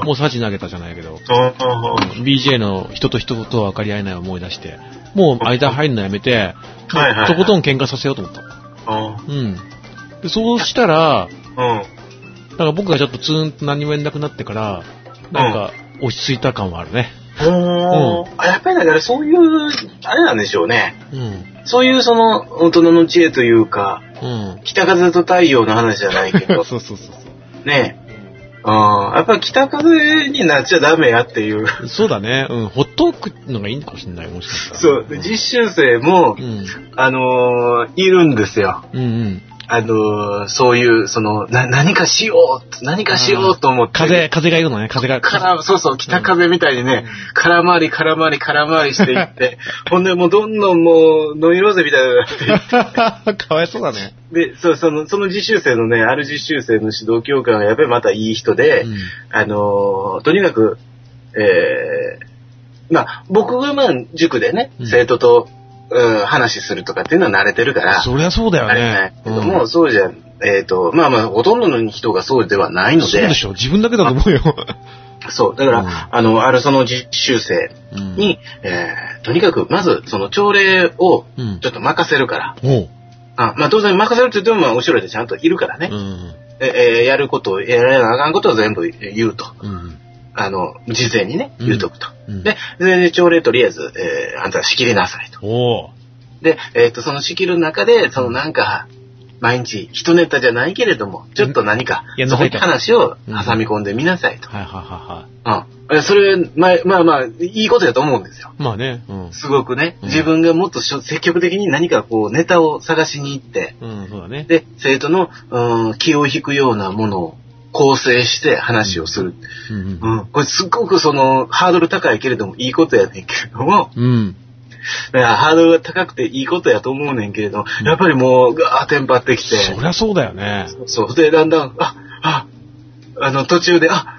Speaker 1: うん。
Speaker 2: もうサジ投げたじゃないけど、
Speaker 1: うん。
Speaker 2: BJ の人と人とは分かり合えない思い出して、もう間入るのやめて、
Speaker 1: はいはい
Speaker 2: とことん喧嘩させようと思った。
Speaker 1: うん。
Speaker 2: うん。で、そうした
Speaker 1: う
Speaker 2: ら、
Speaker 1: ん。
Speaker 2: なんか僕がちょっとツーンと何もやんなくなってから、なんか落ち着いた感はあるね。
Speaker 1: おーあやっぱりだからそういう、あれなんでしょうね。
Speaker 2: うん。
Speaker 1: そういうその大人の知恵というか、
Speaker 2: うん。
Speaker 1: 北風と太陽の話じゃないけど、
Speaker 2: そうそうそう。
Speaker 1: ねうん、やっぱり北風になっちゃダメやっていう。
Speaker 2: そうだね。うん。ほっとくのがいいのかもしれない。もしかしたら。
Speaker 1: そう、で実習生も
Speaker 2: う、ん。
Speaker 1: あのーいるんですよ。
Speaker 2: うんうん。
Speaker 1: あのーそういう、その、な、何かしよう、何かしようと思って。
Speaker 2: 風、風が言うのね。風が。
Speaker 1: から、そうそう、北風みたいにね、空回り、空回り、空回りしていって、ほんでもうどんどんもう、ノイローゼみたいになっていって
Speaker 2: かわいそうだね。
Speaker 1: で、そう、その、その実習生のね、ある実習生の指導教官がやっぱりまたいい人で、
Speaker 2: うん
Speaker 1: あのーとにかく、えー、まあ、僕がまあ、塾でね、
Speaker 2: うん
Speaker 1: 生徒と、うん、話するとかっていうのは慣れてるから、
Speaker 2: そりゃそうだよ
Speaker 1: 慣れてない
Speaker 2: ね。
Speaker 1: けども、
Speaker 2: うん
Speaker 1: そうじゃ、えっ、と、まあまあ、ほとんどの人がそうではないの
Speaker 2: そう
Speaker 1: で
Speaker 2: で、しょ。自分だけだと思うよ。
Speaker 1: そう。だから、
Speaker 2: うん
Speaker 1: あの、あるその実習生
Speaker 2: うん。
Speaker 1: に、えーとにかく、まず、その朝礼を
Speaker 2: うん
Speaker 1: ちょっと任せるから。
Speaker 2: おう。
Speaker 1: あまあ、当然任せるって言っても、まあ、後ろでちゃんといるからね。
Speaker 2: うん。
Speaker 1: ええやることを、やらなあかんことを全部言うと。
Speaker 2: うん。
Speaker 1: あの、事前にね、
Speaker 2: うん
Speaker 1: 言うとくと。
Speaker 2: うん
Speaker 1: で、で朝礼とりあえず、えーあんた仕切りなさいと。
Speaker 2: おう。
Speaker 1: で、えっ、と、その仕切る中で、そのなんか、毎日、一ネタじゃないけれども、ちょっと何か
Speaker 2: いや、
Speaker 1: そ
Speaker 2: な
Speaker 1: うんい
Speaker 2: か
Speaker 1: う話を挟み込んでみなさいと。
Speaker 2: はいはいはいは
Speaker 1: うん。えそれ、まあ、まあまあ、いいことだと思うんですよ。
Speaker 2: い。まあね。うん。
Speaker 1: すごくね、
Speaker 2: うん
Speaker 1: 自分がもっとしょ積極的に何かこう、ネタを探しに行って、
Speaker 2: うん、そうだね。
Speaker 1: で、生徒の、うん、気を引くようなものを構成して話をする。
Speaker 2: うん
Speaker 1: う。ん。これすっごくその、ハードル高いけれども、いいことやねんけれども、
Speaker 2: うん。
Speaker 1: だからハードルが高くていいことやと思うねんけれども、
Speaker 2: うん
Speaker 1: やっぱりもう、ガーッテンパってきて、
Speaker 2: そりゃそうだよね。
Speaker 1: そう。で、だんだん、あ、あ、あの、途中で、あ、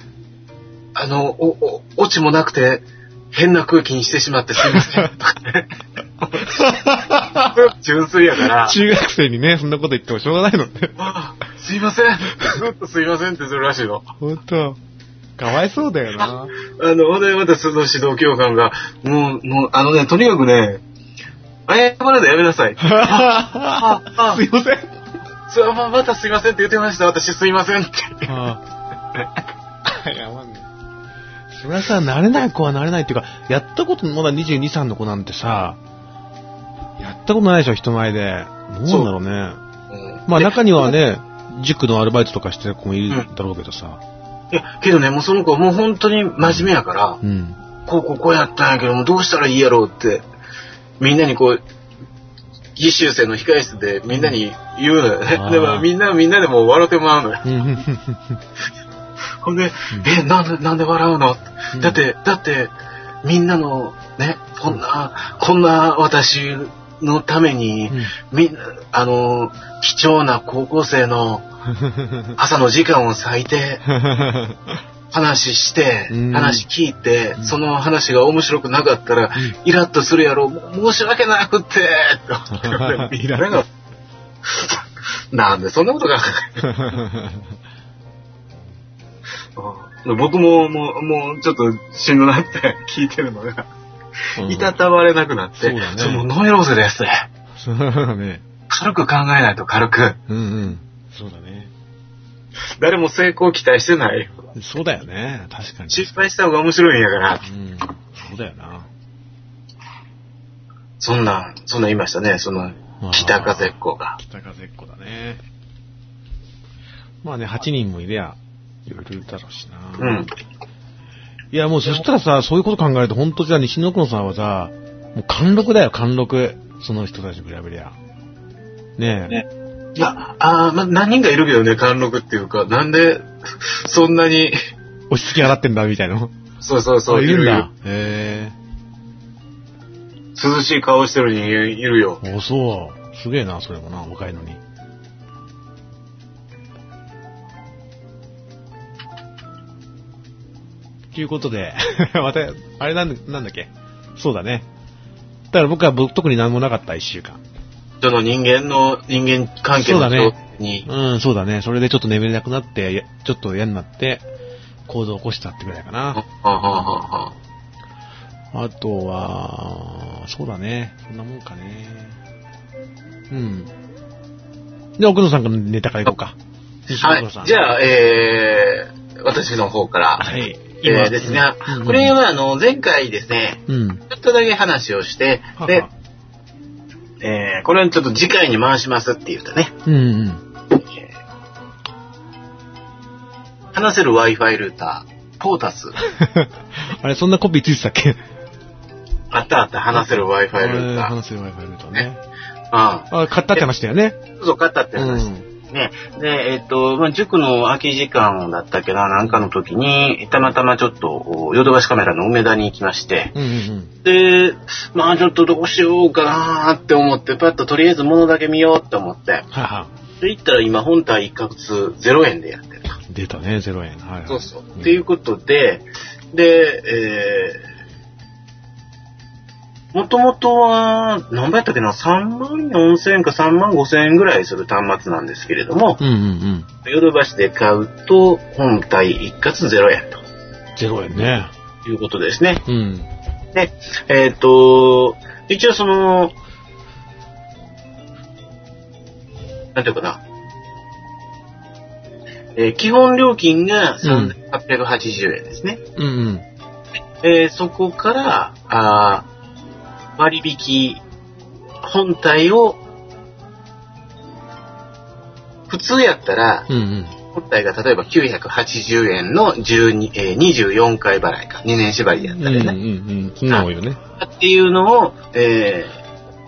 Speaker 1: あの、お、お、オチもなくて、変な空気にしてしまってすいません、とかね。純粋やから、
Speaker 2: 中学生にね、そんなこと言ってもしょうがないの ね。
Speaker 1: あすいません、ずっとすいませんってするらしいの。
Speaker 2: ほんと。かわいそうだよな。
Speaker 1: あの、ほんでまたその指導教官が、もう、もう、あのね、とにかくね、謝るのやめなさい。ああ
Speaker 2: すいません。
Speaker 1: それはまあまたすいませんって言ってました。私すいませんって。
Speaker 2: ああ。やばね。それはさ、慣れない子は慣れないっていうか、やったこと、まだ22、3の子なんてさ、やったことないでしょ、人前で。どうなんだろうね。まあ
Speaker 1: で
Speaker 2: 中にはね、塾のアルバイトとかしてる子もいるだろうけどさ。
Speaker 1: いや、けどね、もうその子はもう本当に真面目やから、
Speaker 2: うん。
Speaker 1: こうこうこうやったんやけども、どうしたらいいやろうって、みんなにこう、実習生の控え室でみんなに言うのよね
Speaker 2: あ。ー
Speaker 1: でもみんな、みんなでもう笑ってもらうのよ。
Speaker 2: うん。
Speaker 1: ほんで、え、なんで、なんで笑うの
Speaker 2: うん
Speaker 1: だって、だって、みんなの、ね、こんな、こんな私のために、みんな、あの、貴重な高校生の朝の時間を割いて、話して
Speaker 2: うん、
Speaker 1: 話聞いて
Speaker 2: う、ん
Speaker 1: その話が面白くなかったら、イラッとするやろ、も申し訳なくって、 ってみんなが、なんでそんなことが、うん僕ももう、もうちょっとしんどなって聞いてるのが、いたたまれなくなっ
Speaker 2: そう
Speaker 1: て、
Speaker 2: だね
Speaker 1: そのノイローゼです。
Speaker 2: そうだね。
Speaker 1: 軽く考えないと軽く。
Speaker 2: うんうん。そうだね。
Speaker 1: 誰も成功期待してない。
Speaker 2: そうだよね。確かに。
Speaker 1: 失敗した方が面白いんやから。
Speaker 2: うん。そうだよな。
Speaker 1: そんな、そんなん言いましたね、その、北風っ子が。
Speaker 2: 北風っ子だね。まあね、8人もいりゃ、いろいろいるだろうしな。
Speaker 1: うん。
Speaker 2: いや、もうそしたらさ、そういうこと考えると、本当じゃあ西野黒さんはさ、もう貫禄だよ、貫禄。その人たちに比べりゃ。ねえ。
Speaker 1: ねいや、あーまあ、何人かいるけどね、貫禄っていうか、なんで、そんなに、
Speaker 2: 押し付け払ってんだ、みたいな。
Speaker 1: そうそうそう、
Speaker 2: いるんだ
Speaker 1: い。る
Speaker 2: へ
Speaker 1: 涼しい顔してる人間いるよ。
Speaker 2: え。お、そう。すげえな、それもな、若いのに。ということで、 また、あれなんだなんだっけそうだね。だから僕は僕特に何もなかった、一週間。
Speaker 1: その人間の、人間関係
Speaker 2: そうだ
Speaker 1: の
Speaker 2: ね
Speaker 1: 人に、
Speaker 2: うん、そうだね。それでちょっと眠れなくなって、やちょっと嫌になって、行動を起こしたってぐらいか
Speaker 1: あ
Speaker 2: な。
Speaker 1: あ、ああ、あ
Speaker 2: あとは、そうだね。そんなもんかね。うん。で、奥野さんからネタからいこうか。
Speaker 1: あはい。じ
Speaker 2: あ、
Speaker 1: ゃあ、えー、私の方から。
Speaker 2: はい。
Speaker 1: えーですね、これ、は、あの、前回ですね、
Speaker 2: うん。
Speaker 1: ちょっとだけ話をして、
Speaker 2: は
Speaker 1: で
Speaker 2: は、
Speaker 1: えー、これちょっと次回に回しますって言ったね。
Speaker 2: うんう
Speaker 1: え
Speaker 2: ん。
Speaker 1: ー話せる Wi-Fi ルーター、ポータス。
Speaker 2: あれ、そんなコピーついてたっけ
Speaker 1: あったあった、話せる Wi-Fi ルータ
Speaker 2: あー
Speaker 1: ー。
Speaker 2: 話せる Wi-Fi ルーターね。
Speaker 1: あ
Speaker 2: あ、買ったって話だよね。
Speaker 1: あ、そう、買ったって
Speaker 2: う
Speaker 1: 話。
Speaker 2: ん。
Speaker 1: ね。で、えっ、と、まあ、塾の空き時間だったっけな、なんかの時に、たまたまちょっと、おヨドバシカメラの梅田に行きまして、
Speaker 2: うんうん
Speaker 1: で、まあ、ちょっとどうしようかなーって思って、パッととりあえず物だけ見ようって思って
Speaker 2: うん。、はは。
Speaker 1: で、行ったら今、本体一括0円でやってる。
Speaker 2: 出たね、0円。はいはい。
Speaker 1: そうそう。
Speaker 2: ん
Speaker 1: っていうことで、で、えー、もともとは、何倍やったっけな、3万4千円か3万5千円ぐらいする端末なんですけれども、
Speaker 2: うんうんうん。
Speaker 1: ヨドバシで買うと、本体一括0円と。
Speaker 2: 0円ね。
Speaker 1: ということですね。
Speaker 2: うん。
Speaker 1: で、えっ、と、一応その、なんていうかな。えー基本料金が3880円ですね。
Speaker 2: うんうん。
Speaker 1: えーそこから、あー割引本体を、普通やったら、
Speaker 2: うんうん。
Speaker 1: 本体が例えば980円の12、えー24回払いか、2年縛りやっ
Speaker 2: うん
Speaker 1: た
Speaker 2: う
Speaker 1: り
Speaker 2: ん
Speaker 1: ね。
Speaker 2: うん。そんなん多いよね。
Speaker 1: っていうのを、えー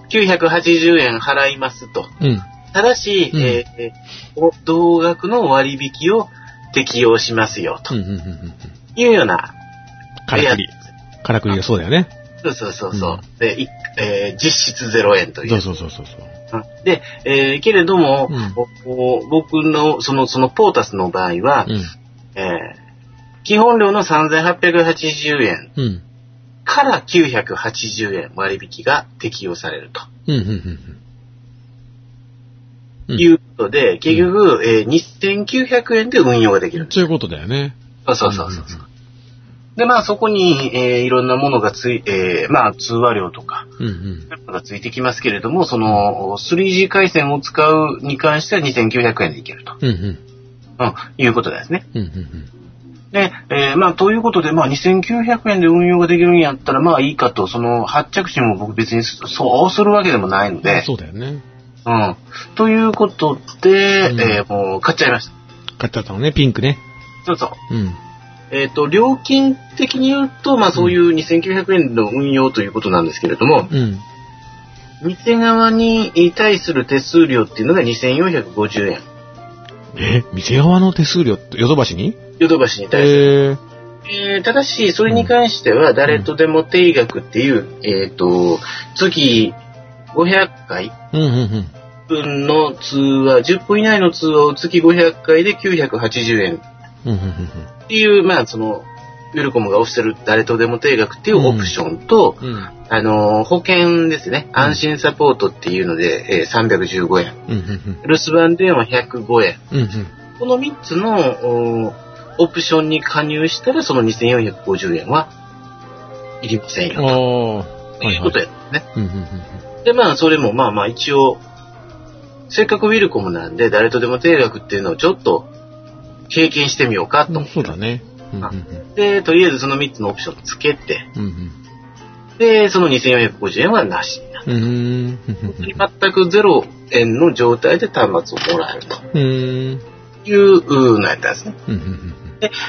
Speaker 1: 980円払いますと。
Speaker 2: うん。
Speaker 1: ただし、
Speaker 2: うん
Speaker 1: えーえーお同額の割引を適用しますよ、
Speaker 2: う
Speaker 1: と
Speaker 2: んうんうんうん。
Speaker 1: いうような。
Speaker 2: からくり。からくりがそうだよね。
Speaker 1: そうそうそうそうう。で、いえー実質0円という。
Speaker 2: そうそうそうそうそう。
Speaker 1: うんで、えーけれども、
Speaker 2: うん
Speaker 1: おお僕の、その、そのポータスの場合は、
Speaker 2: うん。
Speaker 1: えー基本料の3880円
Speaker 2: うん。
Speaker 1: から980円割引が適用されると。
Speaker 2: うんうんうんうん。
Speaker 1: いうことで、結局、えー2900円で運用ができるんです。
Speaker 2: そういうことだよね。
Speaker 1: そうそうそうそう。で、まあそこに、えーいろんなものがつい、えーまあ通話料とか、
Speaker 2: うんうん。
Speaker 1: がついてきますけれども、その 3G 回線を使うに関しては2900円でいけると、
Speaker 2: うんうん。
Speaker 1: うん、いうことですね。
Speaker 2: うんうん
Speaker 1: で、えーまあということで、まあ2900円で運用ができるんやったら、まあいいかと、その発着信も僕別にそうするわけでもないの
Speaker 2: う
Speaker 1: で
Speaker 2: ん。、そうだよね。
Speaker 1: うん。ということで、
Speaker 2: うん
Speaker 1: えーもう買っちゃいました。
Speaker 2: 買っちゃったのね、ピンクね。
Speaker 1: そうそう。
Speaker 2: うん。
Speaker 1: えっ、と、料金的に言うと、まあそういう2900円の運用ということなんですけれども、
Speaker 2: うん。
Speaker 1: 店側に対する手数料っていうのが2450円。
Speaker 2: え、店側の手数料って、ヨドバシに
Speaker 1: ヨドバシに対して。
Speaker 2: えー、
Speaker 1: えーただし、それに関しては、誰とでも定額っていう、えっ、と、月500回
Speaker 2: うんうん
Speaker 1: 分の通話、10分以内の通話を月500回で980円
Speaker 2: うん。うんうん
Speaker 1: っていう、まあその、ウィルコムがオフィシャル誰とでも定額っていうオプションと、
Speaker 2: うんうん。
Speaker 1: あのー、保険ですね。安心サポートっていうので、えー315円。
Speaker 2: うんうん
Speaker 1: 留守番電話105円。
Speaker 2: うん。うん
Speaker 1: この3つのおーオプションに加入したら、その2450円はいりません
Speaker 2: うん。
Speaker 1: よ。
Speaker 2: ああー。
Speaker 1: ということやね。
Speaker 2: うんうんうん
Speaker 1: で、まあ、それもまあまあ一応、せっかくウィルコムなんで、誰とでも定額っていうのをちょっと経験してみようかと
Speaker 2: う
Speaker 1: 思
Speaker 2: ん。
Speaker 1: って。
Speaker 2: そうだね。うんうん
Speaker 1: で、とりあえずその3つのオプションつけて、
Speaker 2: うん。うん
Speaker 1: で、その2450円はなしになる
Speaker 2: うん。うんうん
Speaker 1: 全くゼロ円の状態で端末をもらえると
Speaker 2: うん。うん。
Speaker 1: いうのやったんですね。
Speaker 2: うんうんうん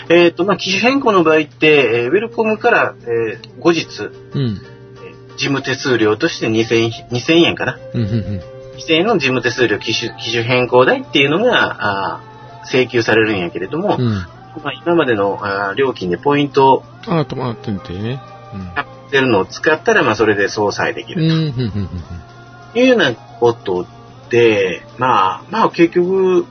Speaker 1: えっ、と、まあ、機種変更の場合って、えーウェルコムから、えー後日、
Speaker 2: うん。うん
Speaker 1: えー事務手数料として2000 2000円かな。
Speaker 2: うんうん
Speaker 1: 2000円の事務手数料、機種機種変更代っていうのが、あー請求されるんやけれども、
Speaker 2: うん。うん。
Speaker 1: まあ、今までのあー料金でポイントを
Speaker 2: ああ、とまってんてね。
Speaker 1: 出るのを使ったら、まあ、それで相殺でき
Speaker 2: う
Speaker 1: る
Speaker 2: ん。うんうんうんうん
Speaker 1: というようなことで、まあ、まあ、結局、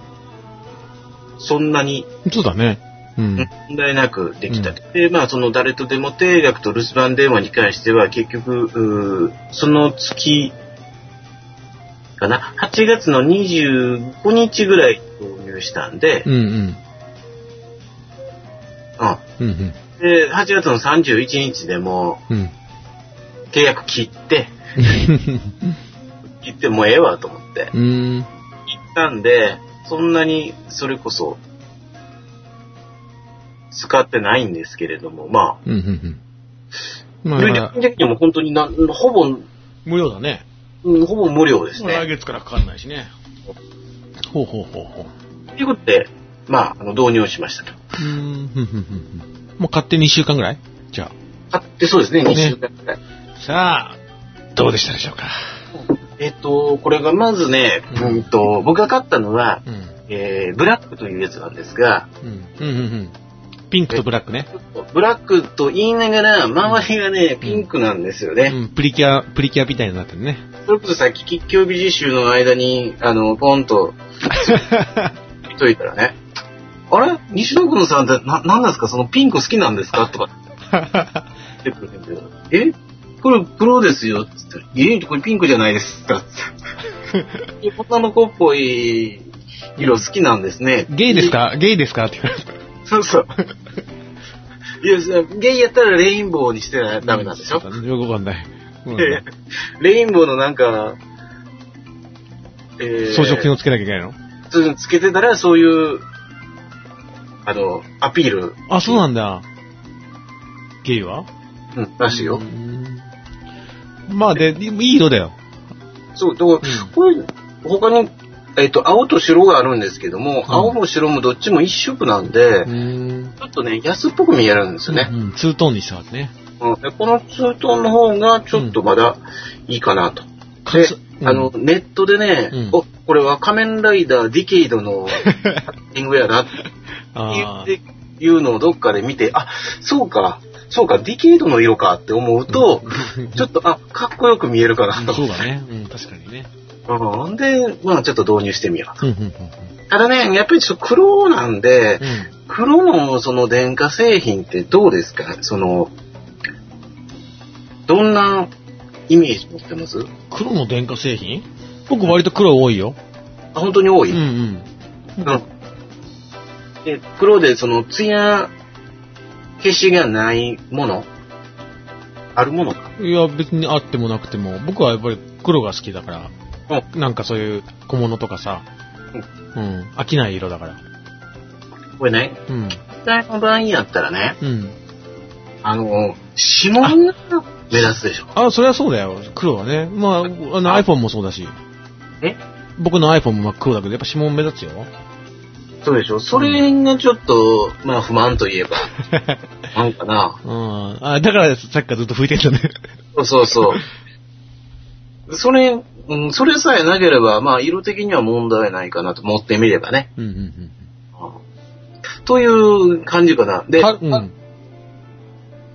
Speaker 1: そんなに
Speaker 2: うん。そうだね。うん。
Speaker 1: 問題なくできた。で、まあ、その誰とでも定額と留守番電話に関しては、結局、うーその月、かな、8月の25日ぐらい導入したんで、
Speaker 2: うんうん。
Speaker 1: うん。
Speaker 2: うんうん。
Speaker 1: で、8月の31日でも
Speaker 2: うん。
Speaker 1: う契約切って、切ってもうええわと思って、
Speaker 2: うん。
Speaker 1: 切ったんで、そんなにそれこそ、使ってないんですけれども、ま
Speaker 2: うんうんうん。ま
Speaker 1: あ、
Speaker 2: あ
Speaker 1: 料
Speaker 2: だから
Speaker 1: 金、的にも本当にな、ほぼ、
Speaker 2: 無料だね。
Speaker 1: うんほぼ無料です
Speaker 2: もう来
Speaker 1: ね。
Speaker 2: 月からかかんないしね。ほうほうほうほう。
Speaker 1: ということで、まあ、あの導入しましたと。
Speaker 2: うーん、ふんふんふんふん。もう買って2週間ぐらいじゃ
Speaker 1: 買ってそうですね、
Speaker 2: ね
Speaker 1: 2週間くらい。
Speaker 2: あ。さあ、どうでしたでしょうか。
Speaker 1: えっ、と、これがまずね、
Speaker 2: うん
Speaker 1: うんと、僕が買ったのは、
Speaker 2: うん。
Speaker 1: えー、ブラックというやつなんですが、
Speaker 2: うん。うんうんうん。ピンクとブラックね。
Speaker 1: ブラックと言いながら、周りがね、ピンクなんですよ
Speaker 2: う
Speaker 1: ね。
Speaker 2: ん。プリキュア、プリキュアみたいになってるね。
Speaker 1: それこそさっき、吉祥美実習の間に、あの、ポンと見といたらね、あれ西野君さんって、な、なんですかそのピンク好きなんですかとか出てくるんだけど、えこれ黒ですよって言ったら、えこれピンクじゃないですかって。女の子っぽい色好きなんですね。
Speaker 2: ゲイですかゲイですかって言われた。
Speaker 1: そうそう。いやさ、ゲイやったらレインボーにしてなダメなんでしょ、
Speaker 2: そうだねよくわかんない。うん
Speaker 1: えーレインボーのなんか、えー
Speaker 2: 装飾品をつけなきゃいけないの
Speaker 1: そういうのつけてたら、そういう、あの、アピール、
Speaker 2: あ、そうなんだ。ゲイは
Speaker 1: うん、らしいよ。
Speaker 2: うんまあ、で、いい色だよ。
Speaker 1: そう、だから、
Speaker 2: うん
Speaker 1: これ、他に、えっ、と、青と白があるんですけども、
Speaker 2: ん
Speaker 1: 青も白もどっちも一色なんで、
Speaker 2: うん。
Speaker 1: ちょっとね、安っぽく見えるんですよね。
Speaker 2: うん、ツートーンにしたわけね。
Speaker 1: うんでこのツートンの方がちょっとまだいいかなと。
Speaker 2: か
Speaker 1: で
Speaker 2: つ、
Speaker 1: あの、、ネットでね、
Speaker 2: うん
Speaker 1: お、これは仮面ライダーディケイドのパッティングやなっ
Speaker 2: あ
Speaker 1: て いういうのをどっかで見て、あ、そうか、そうか、ディケイドの色かって思うと、ちょっと、あ、かっこよく見えるかな
Speaker 2: あ、
Speaker 1: と。
Speaker 2: そうだね。うん、確かにね。
Speaker 1: うん、んで、まあちょっと導入してみよう
Speaker 2: うん、うん、
Speaker 1: と。ただね、やっぱりちょっと黒なんで、
Speaker 2: うん。
Speaker 1: 黒のその電化製品ってどうですかその、どんなイメージ持ってます
Speaker 2: 黒の電化製品僕割と黒多いよ。
Speaker 1: あ本当に多
Speaker 2: う
Speaker 1: い、
Speaker 2: んうん。
Speaker 1: うんで黒でそのツヤ消しがないものあるものか
Speaker 2: いや、別にあってもなくても、僕はやっぱり黒が好きだから、なんかそういう小物とかさ、うん、飽きない色だから。
Speaker 1: これね
Speaker 2: うん、
Speaker 1: 機体の場合やったらね
Speaker 2: うん。
Speaker 1: あの指紋が目立つでしょ
Speaker 2: あ、それはそうだよ、黒はね。まあ、あの iPhone もそうだし。
Speaker 1: え
Speaker 2: 僕の iPhone も真っ黒だけど、やっぱ指紋目立つよ。
Speaker 1: そうでしょそれがちょっと、まあ不満といえ ばなんかな
Speaker 2: うん。あ、だからさっきからずっと拭いてんだね。
Speaker 1: そうそうそうそれ、うん、それさえなければまあ色的には問題ないかなと思ってみればね
Speaker 2: うんうん
Speaker 1: という感じかな
Speaker 2: う
Speaker 1: で
Speaker 2: ん。か、うん。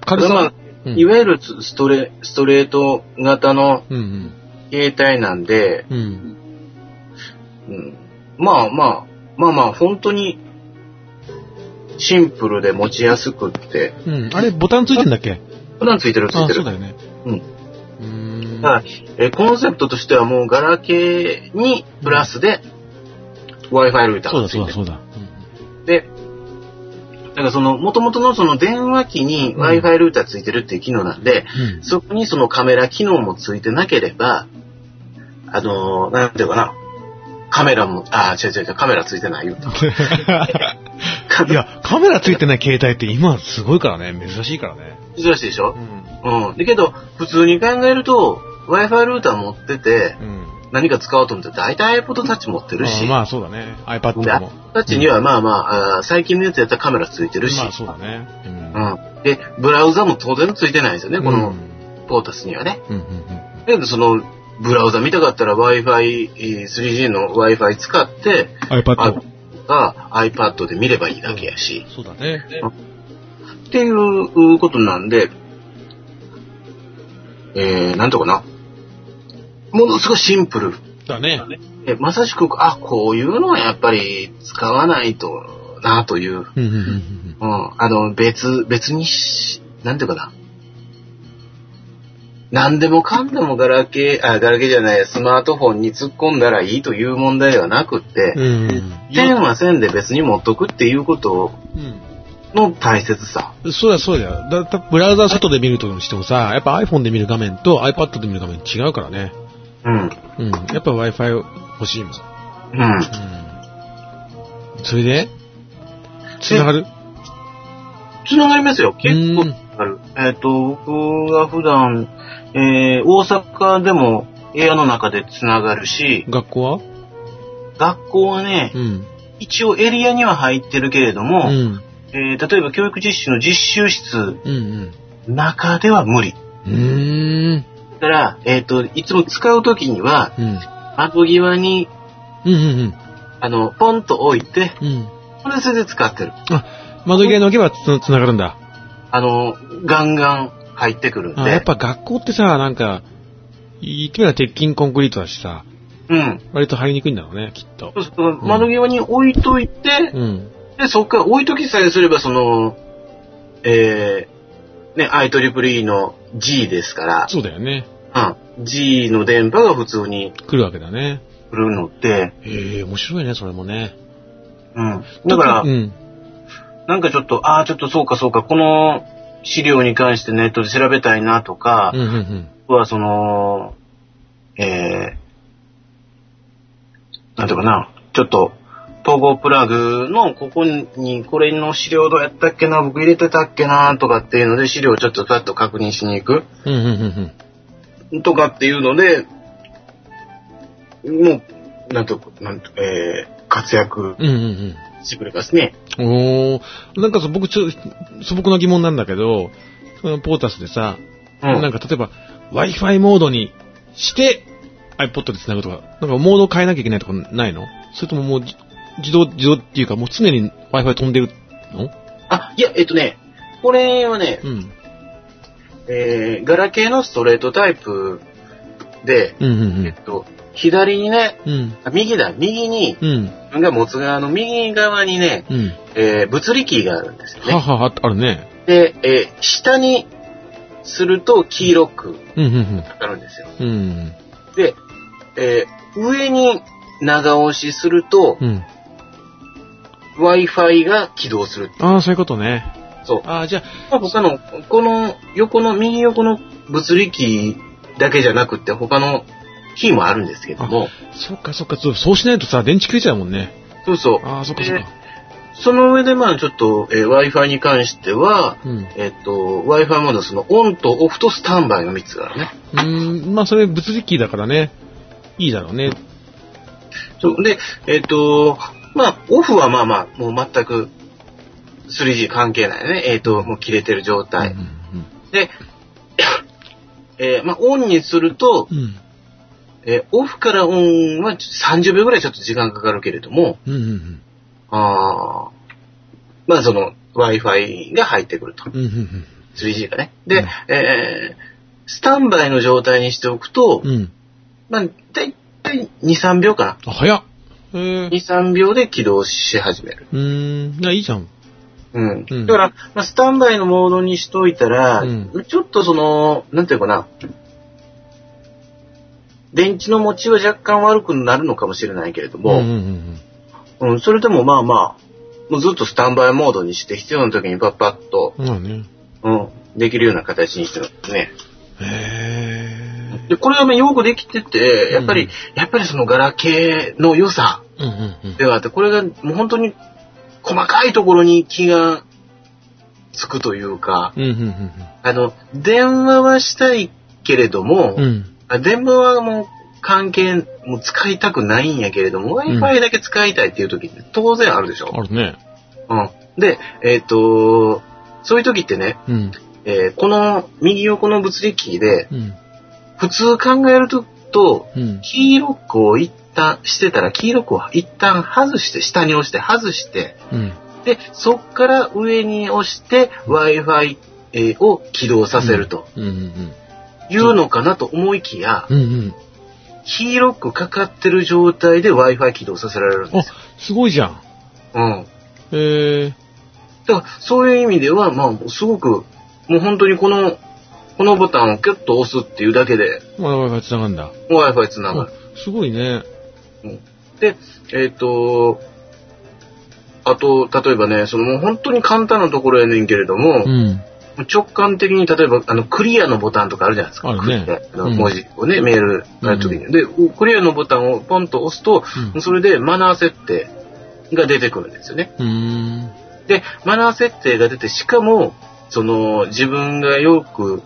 Speaker 2: 軽
Speaker 1: まあ
Speaker 2: さ。うん
Speaker 1: いわゆるストレストレート型の
Speaker 2: うん
Speaker 1: 携帯なんで、
Speaker 2: うん。うん。
Speaker 1: うん、まあまあ、まあまあ、本当にシンプルで持ちやすくって、
Speaker 2: うん。あれ、ボタンついてんだっけ
Speaker 1: 普段ついてるつい
Speaker 2: あ、
Speaker 1: て
Speaker 2: そ
Speaker 1: る。
Speaker 2: うだよね。
Speaker 1: うん
Speaker 2: うーん。
Speaker 1: ただえーコンセプトとしてはもうガラケーにプラスで Wi-Fi ルーター
Speaker 2: そう
Speaker 1: が
Speaker 2: だ
Speaker 1: つい
Speaker 2: そ
Speaker 1: て
Speaker 2: うだ
Speaker 1: る。
Speaker 2: そうだ。
Speaker 1: で、だからその元々のその電話機に
Speaker 2: うん
Speaker 1: Wi-Fi ルーターついてるっていう機能なんで、
Speaker 2: うん。
Speaker 1: そこにそのカメラ機能もついてなければ、あのーなんていうかな、カメラも、あー、違う違う違う、カメラついてないよ。
Speaker 2: いや、カメラついてない携帯って今すごいからね、珍しいからね。
Speaker 1: 珍しいでしょ
Speaker 2: うん。
Speaker 1: うん。だけど、普通に考えると、Wi-Fi ルーター持ってて、
Speaker 2: うん。
Speaker 1: 何か使おうと思ったら大体 iPod Touch 持ってる
Speaker 2: あ
Speaker 1: し、
Speaker 2: まあそうだね。iPad
Speaker 1: で
Speaker 2: も。
Speaker 1: iPod Touch にはまあまあ、あー最近のやつやったらカメラついてるし、
Speaker 2: まあそうだね。うん。
Speaker 1: うん。で、ブラウザも当然ついてないですよね、こ
Speaker 2: う
Speaker 1: の
Speaker 2: ん
Speaker 1: ポータスにはね。
Speaker 2: うんうん
Speaker 1: だけど、その、ブラウザ見たかったら Wi-Fi、えー 3G の Wi-Fi 使って、
Speaker 2: うん。
Speaker 1: あ
Speaker 2: iPad。
Speaker 1: が iPad で見ればいいだけやし、
Speaker 2: そうだね。
Speaker 1: っていうことなんで、えー、なんとかな。ものすごいシンプル。
Speaker 2: だね。
Speaker 1: えまさしく、あ、こういうのはやっぱり使わないとなという、
Speaker 2: うんうんうん
Speaker 1: うん、あの、別、別にし、なんていうかな。何でもかんでもガラケー、あ、ガラケーじゃない、スマートフォンに突っ込んだらいいという問題ではなくって、
Speaker 2: うん。
Speaker 1: 線は線で別に持っとくっていうこと
Speaker 2: う
Speaker 1: の大切さ。
Speaker 2: ん。そうだそうだよ。だだブラウザ外で見るとしてもさ、やっぱ iPhone で見る画面と iPad で見る画面違うからね。
Speaker 1: うん。
Speaker 2: うん。やっぱ Wi-Fi 欲しいもん。
Speaker 1: うん。
Speaker 2: うん。それで繋がる
Speaker 1: つながりますよ。結構
Speaker 2: うん
Speaker 1: ある。えっ、と、僕が普段、えー大阪でも部屋の中でつながるし、
Speaker 2: 学校は
Speaker 1: 学校はね
Speaker 2: う、ん。
Speaker 1: 一応エリアには入ってるけれど
Speaker 2: う
Speaker 1: も、
Speaker 2: ん。
Speaker 1: えー例えば教育実習の実習室
Speaker 2: うんうん。
Speaker 1: 中では無理。
Speaker 2: うーん。
Speaker 1: だから、えっ、と、いつも使うときには、
Speaker 2: うん。
Speaker 1: 窓際に、
Speaker 2: うんうん
Speaker 1: あの、ポンと置いて、
Speaker 2: うん。うん。
Speaker 1: それでそれで使ってる。
Speaker 2: 窓際に置けばつつながるんだ。
Speaker 1: あの、ガンガン入ってくるん
Speaker 2: あやっ
Speaker 1: で。
Speaker 2: ぱ学校ってさ、なんか、言ってみれば鉄筋コンクリートだしさ、
Speaker 1: うん。
Speaker 2: 割と入りにくいんだろうね、きっと
Speaker 1: そ。うそう窓際に置いといて、
Speaker 2: うん。
Speaker 1: で、そっから置いときさえすれば、その、えー、ね、IEEE の G ですか
Speaker 2: そうだよね。
Speaker 1: ら、うん、G の電波が普通に
Speaker 2: 来るわけだね。
Speaker 1: 来るのって、
Speaker 2: へえ、面白いね、それもね。
Speaker 1: うん。だから
Speaker 2: う、ん。
Speaker 1: なんかちょっと、ああ、ちょっとそうかそうか、この資料に関してネットで調べたいなとか、
Speaker 2: うんうんうん。
Speaker 1: はその、えー、なんていうかな、ちょっと、統合プラグのここに、これの資料どうやったっけな、僕入れてたっけな、とかっていうので資料をちょっとパッと確認しに行く。
Speaker 2: うんうんうんうん。
Speaker 1: とかっていうので、もう、なんと、なんと、えー、活躍
Speaker 2: うんうん
Speaker 1: してくれますね。
Speaker 2: うん。おー、なんかさ、僕ちょ、素朴な疑問なんだけど、そのポータスでさ、
Speaker 1: うん。
Speaker 2: なんか例えば Wi-Fi モードにして、iPod で繋ぐとか、なんかモードを変えなきゃいけないとかないのそれとももうじ自動、自動っていうかもう常に Wi-Fi 飛んでるの
Speaker 1: あ、いや、えっとね、これはね、
Speaker 2: うん。
Speaker 1: えー、ガラケーのストレートタイプで、
Speaker 2: うんう
Speaker 1: えっ
Speaker 2: ん
Speaker 1: と、左にね、
Speaker 2: うん。うん。
Speaker 1: あ右だ、右に、
Speaker 2: うん。
Speaker 1: 自分が持つ側の右側にね、
Speaker 2: うん。
Speaker 1: えー物理キーがあるんですよ
Speaker 2: は
Speaker 1: ね。
Speaker 2: はは、あるね。
Speaker 1: で、えー下にするとキーロック
Speaker 2: うん
Speaker 1: がかかるんですよ。
Speaker 2: うんうん。うん。
Speaker 1: で、えー上に長押しすると、
Speaker 2: うん。
Speaker 1: Wi-Fi が起動する。
Speaker 2: ああ、そういうことね。
Speaker 1: そう
Speaker 2: ああ、じゃ
Speaker 1: ま
Speaker 2: あ、
Speaker 1: あ他の、この横の、右横の物理キーだけじゃなくって、他のキーもあるんですけども、
Speaker 2: そっかそっか、そうそうしないとさ、電池切れちゃうもんね。
Speaker 1: そうそう。
Speaker 2: ああ、そっかそっか。
Speaker 1: その上で、まあちょっと、えー Wi-Fi に関しては、
Speaker 2: うん。う
Speaker 1: えっと、Wi-Fi モード、その、オンとオフとスタンバイの3つがあるね。
Speaker 2: ーん、まあそれ物理キーだからね。いいだろうね。
Speaker 1: そうで、えっと、まあ、オフはまあまあ、もう全く 3G 関係ないね。えっと、もう切れてる状態
Speaker 2: うん。
Speaker 1: で、えーまあ、オンにすると、
Speaker 2: うんうん。
Speaker 1: えーオフからオンは30秒ぐらいちょっと時間かかるけれども、
Speaker 2: うんうんうん。
Speaker 1: あーまあ、その、Wi-Fi が入ってくると。
Speaker 2: うんうんうん。
Speaker 1: 3G がね。
Speaker 2: う
Speaker 1: で
Speaker 2: ん、
Speaker 1: えースタンバイの状態にしておくと、
Speaker 2: うん。
Speaker 1: まあ、だいたい2、3秒かな。
Speaker 2: あ、早っ。えー
Speaker 1: 2、、3秒で起動し始める。
Speaker 2: うーん、いや、いいじゃん。
Speaker 1: うん。
Speaker 2: うん
Speaker 1: だから、まあ、スタンバイのモードにしといたら、
Speaker 2: うん
Speaker 1: ちょっとその、なんていうかな、電池の持ちは若干悪くなるのかもしれないけれど
Speaker 2: うん
Speaker 1: も、
Speaker 2: うんうん
Speaker 1: うん、それでもまあまあ、もうずっとスタンバイモードにして必要な時にパッパッと、
Speaker 2: うん。まあね。
Speaker 1: うん、できるような形にしてますね。
Speaker 2: へえ。
Speaker 1: で、これがね、よくできてて、やっぱり、
Speaker 2: うん
Speaker 1: やっぱりそのガラケーの良さ、
Speaker 2: うんうんうん。
Speaker 1: ではあって、これがもう本当に細かいところに気がつくというか、
Speaker 2: うんうん
Speaker 1: あの、電話はしたいけれども、
Speaker 2: うんうん。うん。
Speaker 1: あ電話はもう関係、もう使いたくないんやけれども、
Speaker 2: ん
Speaker 1: Wi-Fi だけ使いたいっていう時って当然あるでし
Speaker 2: あ
Speaker 1: ょ。
Speaker 2: るね。
Speaker 1: うん。で、えっ、と、そういう時ってね、
Speaker 2: うん。
Speaker 1: えーこの右横の物理キーで、
Speaker 2: うん。
Speaker 1: 普通考えると、と
Speaker 2: うん。
Speaker 1: キーロックを一旦してたら、キーロックを一旦外して、下に押して外して、
Speaker 2: うん。
Speaker 1: で、そっから上に押して Wi-Fi えーを起動させると
Speaker 2: うんうん
Speaker 1: いうのかなと思いきや、
Speaker 2: うん。うんうん。
Speaker 1: キーロックかかってる状態で Wi-Fi 起動させられるんですよ。
Speaker 2: すごいじゃん。
Speaker 1: うん。
Speaker 2: へえ。
Speaker 1: だからそういう意味では、まあ、すごく、もう本当にこの、このボタンをキュッと押すっていうだけで
Speaker 2: まだ Wi-Fi 繋がんだ。
Speaker 1: Wi-Fi つながる。
Speaker 2: すごいね。
Speaker 1: で、えっ、と、あと、例えばね、そのもう本当に簡単なところやねんけれども、
Speaker 2: うん。
Speaker 1: 直感的に例えばあのクリアのボタンとかあるじゃないですか。
Speaker 2: ある
Speaker 1: ク
Speaker 2: ね
Speaker 1: リア
Speaker 2: う
Speaker 1: の
Speaker 2: ん
Speaker 1: 文字をね、メールの時に。で、クリアのボタンをポンと押すと、それでマナー設定が出てくるんですよね。
Speaker 2: うん。うん。
Speaker 1: で、マナー設定が出て、しかも、その自分がよく、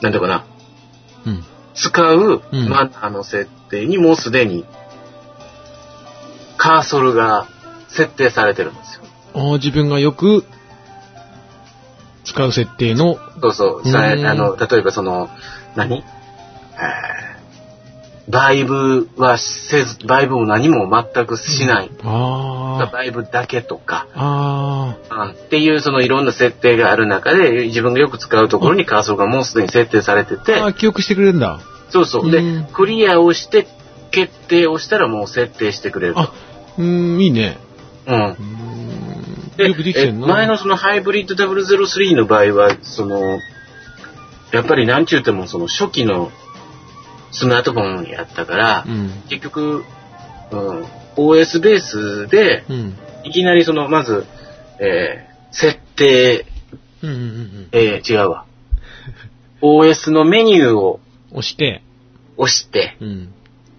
Speaker 1: なんていうかな、
Speaker 2: うん。
Speaker 1: 使う
Speaker 2: うん
Speaker 1: マナーの設定にもうすでにカーソルが設定されてるんですよ。
Speaker 2: ああ、自分がよく使う設定の、
Speaker 1: そうそう。
Speaker 2: うん
Speaker 1: さあの、例えばその、何えーバイブはせず、バイブも何も全くしない。
Speaker 2: あ
Speaker 1: バイブだけとか、
Speaker 2: あ、あ
Speaker 1: うんっていうそのいろんな設定がある中で、自分がよく使うところにカーソルがもうすでに設定されて
Speaker 2: ー
Speaker 1: て
Speaker 2: あ、ー、記憶してくれるんだ。
Speaker 1: そうそう。で
Speaker 2: うん、
Speaker 1: クリアをして、決定をしたらもう設定してくれると。
Speaker 2: あ、うーん、いいね。
Speaker 1: うん
Speaker 2: う。ー
Speaker 1: で
Speaker 2: んよくできてん
Speaker 1: え
Speaker 2: の
Speaker 1: 前のそのハイブリッド003の場合は、その、やっぱりなんちゅうてもその初期のスマートフォンやったから
Speaker 2: う、ん。
Speaker 1: 結局、うん、OS ベースで
Speaker 2: うん。
Speaker 1: いきなりその、まず、えー、設定、
Speaker 2: うんうんうん
Speaker 1: えー、違う わ。OS のメニューを
Speaker 2: うん。押して、
Speaker 1: 押して、
Speaker 2: うん。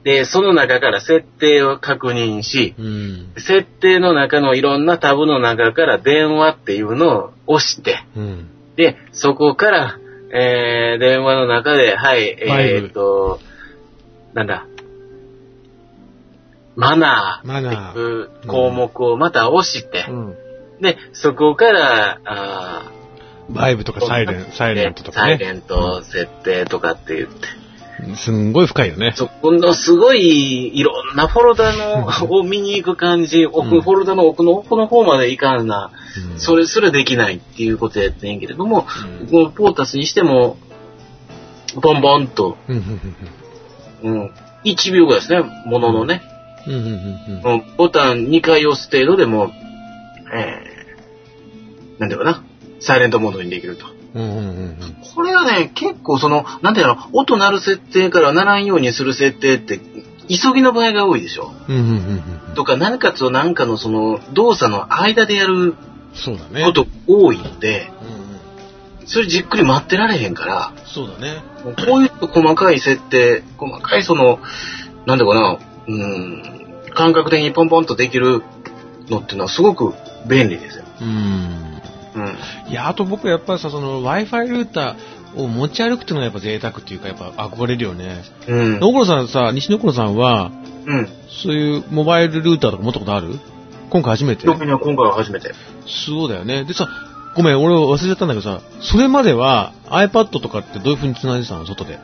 Speaker 1: で、その中から設定を確認し、
Speaker 2: うん。
Speaker 1: 設定の中のいろんなタブの中から電話っていうのを押して、
Speaker 2: うん。
Speaker 1: で、そこから、えー、電話の中で、はい、
Speaker 2: ファイ
Speaker 1: え
Speaker 2: ブ
Speaker 1: ー、っと、なんだ、マナー
Speaker 2: マナ
Speaker 1: って
Speaker 2: ー。
Speaker 1: いう項目をまた押して、
Speaker 2: うん。
Speaker 1: で、そこから、あー
Speaker 2: バイブとかサイレン、サイレントとかね。
Speaker 1: サイレント設定とかって言って。
Speaker 2: うん。すんごい深いよね。
Speaker 1: そこのすごい、いろんなフォルダのを見に行く感じ、
Speaker 2: う
Speaker 1: 奥、
Speaker 2: ん
Speaker 1: フォルダの奥の奥の方までいかんな、
Speaker 2: うん
Speaker 1: それすらできないっていうことやってんやけれども、
Speaker 2: うん
Speaker 1: このポータスにしても、ボンボンと、
Speaker 2: うんうん
Speaker 1: うん、1秒ぐらいですね、もののね、
Speaker 2: うんうんうんうん
Speaker 1: うんボタン2回押す程度でもう、えー、なんだろうな、サイレントモードにできると。
Speaker 2: うんうんうんうん
Speaker 1: これはね、結構その、なんていうの、音鳴る設定から鳴らんようにする設定って、急ぎの場合が多いでしょ。
Speaker 2: うんうんうんうん
Speaker 1: とか何かと何かのその動作の間でやる
Speaker 2: そうだね。
Speaker 1: こと多いんで、
Speaker 2: うんうん
Speaker 1: それじっくり待ってられへんから、
Speaker 2: そうだね。
Speaker 1: こういう細かい設定、細かいその、なんだかな、うん、感覚的にポンポンとできるのっていうのはすごく便利ですよ。
Speaker 2: うん。
Speaker 1: うん。
Speaker 2: いや、あと僕やっぱさ、その Wi-Fi ルーターを持ち歩くっていうのがやっぱ贅沢っていうか、やっぱ憧れるよね。
Speaker 1: うん。
Speaker 2: 野黒さんさ、西野黒さんは、
Speaker 1: うん。
Speaker 2: そういうモバイルルーターとか持ったことある今回初めて
Speaker 1: 特には今回は初めて。
Speaker 2: そうだよね。でさ、ごめん、俺忘れちゃったんだけどさ、それまでは iPad とかってどういう風に繋いでたの外で。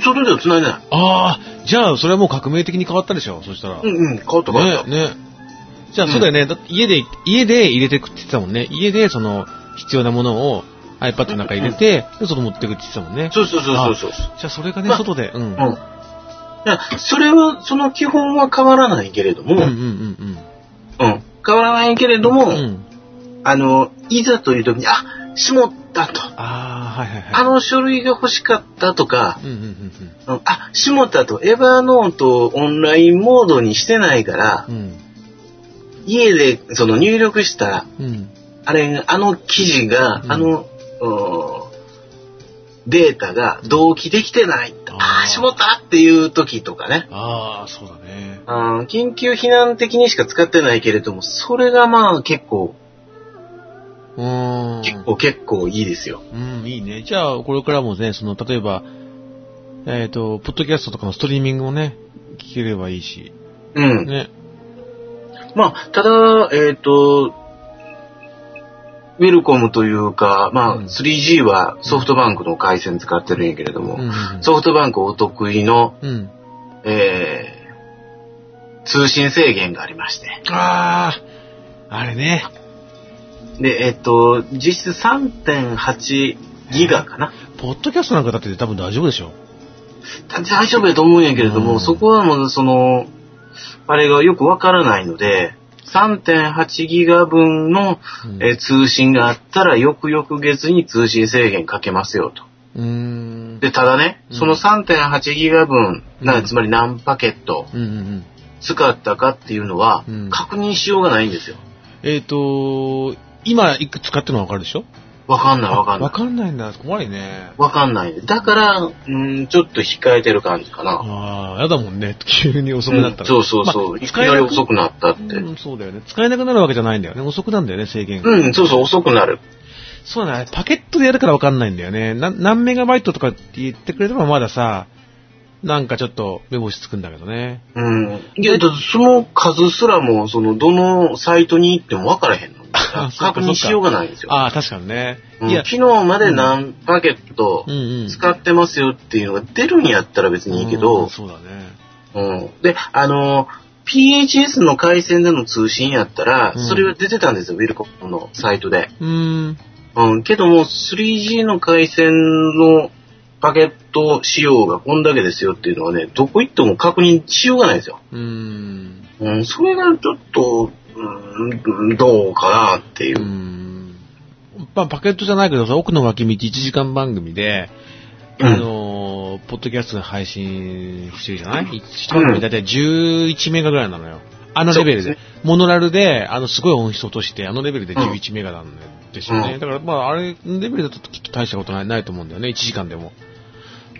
Speaker 1: 外では繋いでない。
Speaker 2: ああ、じゃあそれはもう革命的に変わったでしょそしたら。
Speaker 1: うんうん。変わった変わった。
Speaker 2: ね、ね。じゃあ
Speaker 1: うん
Speaker 2: そうだよね。だって家で、家で入れてくって言ってたもんね。家でその必要なものを iPad の中に入れて、で、外持ってくって言ってたもんね。
Speaker 1: そうそうそうそうそう。
Speaker 2: じゃあそれがね、
Speaker 1: まあ
Speaker 2: 外で、うん。うん
Speaker 1: うん。いや、それは、その基本は変わらないけれども、
Speaker 2: うんうん
Speaker 1: うん。変わらないけれど
Speaker 2: う
Speaker 1: も、
Speaker 2: んうん。うん。
Speaker 1: あの、いざという時に、あ、しもったと。
Speaker 2: ああ、はいはいはい。
Speaker 1: あの書類が欲しかったとか、
Speaker 2: うんうんうん
Speaker 1: うんあ、しもったと。エヴァノートをオンラインモードにしてないから
Speaker 2: う、ん。
Speaker 1: 家でその入力したら、
Speaker 2: うん。うん。
Speaker 1: あれ、あの記事が、
Speaker 2: うん
Speaker 1: あの、うんデータが同期できてない。あ
Speaker 2: あー
Speaker 1: あ、しもったっていう時とかね。
Speaker 2: ああ、そうだね。
Speaker 1: あー緊急避難的にしか使ってないけれども、それがまあ結構、
Speaker 2: うーん。
Speaker 1: 結構結構いいですよ。
Speaker 2: うん、いいね。じゃあ、これからもね、その、例えば、えっ、と、ポッドキャストとかのストリーミングもね、聞ければいいし。
Speaker 1: うん。
Speaker 2: ね。
Speaker 1: まあ、ただ、えっ、と、ウェルコムというか、まあ、
Speaker 2: うん
Speaker 1: 3G はソフトバンクの回線使ってるんやけれども、
Speaker 2: うんうんうん。
Speaker 1: ソフトバンクお得意の、
Speaker 2: うん。
Speaker 1: えー通信制限がありまして。
Speaker 2: ああ、あれね。
Speaker 1: で、えっ、と、実質3.8ギガかな。
Speaker 2: ポッドキャストなんかだって多分大丈夫でしょ。
Speaker 1: 大丈夫やと思うんやけれども、
Speaker 2: うん
Speaker 1: そこはもうその、あれがよくわからないので、3.8ギガ分の、
Speaker 2: うん
Speaker 1: えー通信があったら、翌々月に通信制限かけますよと。
Speaker 2: うーん。
Speaker 1: で、ただね、
Speaker 2: うん
Speaker 1: その3.8ギガ分、な
Speaker 2: うん
Speaker 1: つまり何パケット
Speaker 2: うんうんうん。
Speaker 1: 使ったかっていうのは
Speaker 2: うん、
Speaker 1: 確認しようがないんですよ。
Speaker 2: えっ、と、今いくつ使ってるのわかるでしょ
Speaker 1: わかんないわかんな
Speaker 2: わ
Speaker 1: い。
Speaker 2: かんないんだ。怖いね。
Speaker 1: わかんない。だから、うん、ちょっと控えてる感じかな。
Speaker 2: ああ、やだもんね。急に遅くなったら。
Speaker 1: うんそうそうそう。
Speaker 2: まあ
Speaker 1: いきなり遅くなったって。
Speaker 2: うん、そうだよね。使えなくなるわけじゃないんだよね。遅くなんだよね、制限が。
Speaker 1: うん、そうそう、遅くなる。
Speaker 2: そうだね。パケットでやるからわかんないんだよね。な何メガバイトとかって言ってくれればまださ、なんかちょっと目星つくんだけどね。
Speaker 1: うん。いや、だってその数すらも、その、どのサイトに行ってもわからへんの。
Speaker 2: あそっか
Speaker 1: 確認しようがないんですよ。
Speaker 2: ああ、確かにね。
Speaker 1: うん
Speaker 2: いや
Speaker 1: 昨、日まで何パケット
Speaker 2: うんうん。
Speaker 1: 使ってますよっていうのが出るんやったら別にいいけ
Speaker 2: う
Speaker 1: ど
Speaker 2: ん、そうだね。
Speaker 1: うん。で、あの、PHS の回線での通信やったら、
Speaker 2: うん
Speaker 1: それは出てたんですよ、ウィルコムのサイトで。
Speaker 2: うーん。
Speaker 1: うん。けども、3G の回線のパケット仕様がこんだけですよっていうのはね、どこ行っても確認しようがないんですよ。
Speaker 2: うーん。
Speaker 1: うん。それがちょっと、うん、どうかなっていう
Speaker 2: ー
Speaker 1: う。
Speaker 2: ん。まあ、パケットじゃないけどさ、奥の脇道1時間番組で、
Speaker 1: うん
Speaker 2: あのーポッドキャストが配信してるじゃない一番組だいたい11メガぐらいなのよ。あのレベル
Speaker 1: そう
Speaker 2: で
Speaker 1: で。
Speaker 2: モノラルで、あの、すごい音質落として、あのレベルで11メガなんですよね。
Speaker 1: うん
Speaker 2: だから、まあ、あれ、レベルだときっと大したことないないと思うんだよね、1時間でも。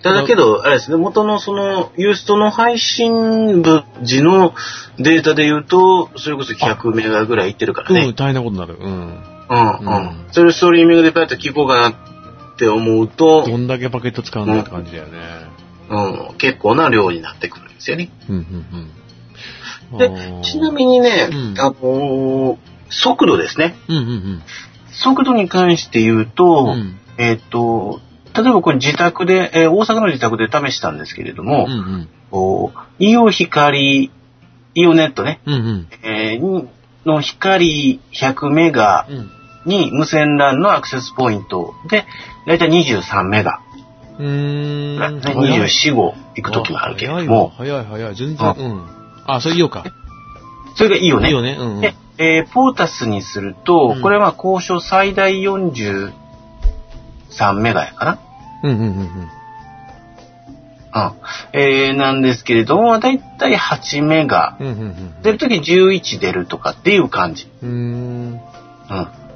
Speaker 1: ただけど、あれですね、元のその、ユーストの配信部時のデータで言うと、それこそ100メガぐらいいってるから
Speaker 2: うん、
Speaker 1: ね。
Speaker 2: 大変なことになる。うん。
Speaker 1: うん、うん、
Speaker 2: うん
Speaker 1: それをストリーミングでパッと聞こうかなって思うと、
Speaker 2: どんだけパケット使うんだって感じだよね。
Speaker 1: うん、結構な量になってくるんですよね。
Speaker 2: うん、うん、うん。
Speaker 1: で
Speaker 2: あー、
Speaker 1: ちなみにね、
Speaker 2: うん
Speaker 1: あのー速度ですね。
Speaker 2: うん、うん、
Speaker 1: 速度に関して言うと、
Speaker 2: うん。うん、
Speaker 1: えっ、と、例えばこれ自宅で、えー大阪の自宅で試したんですけれども
Speaker 2: うん、、うん。
Speaker 1: こうイオ光、イオネットね、
Speaker 2: うん、うん。
Speaker 1: えーにの光100メガ
Speaker 2: うん
Speaker 1: に無線 LAN のアクセスポイントで、だいたい23メガ、
Speaker 2: うーん。
Speaker 1: 24号行くときもあるけれども、
Speaker 2: 早い早い早い、全然。うん。あ、それいいよか。
Speaker 1: それがイオ
Speaker 2: い
Speaker 1: ネ
Speaker 2: いよね。うんうん。
Speaker 1: で、えーポータスにすると、
Speaker 2: うん
Speaker 1: これは交渉最大43メガやか
Speaker 2: うんうんうんうん。
Speaker 1: な。うん。えーなんですけれども、だいたい8メガ。
Speaker 2: うんうん
Speaker 1: 出るとき11出るとかっていう感じ。
Speaker 2: うん。うーん。
Speaker 1: うん。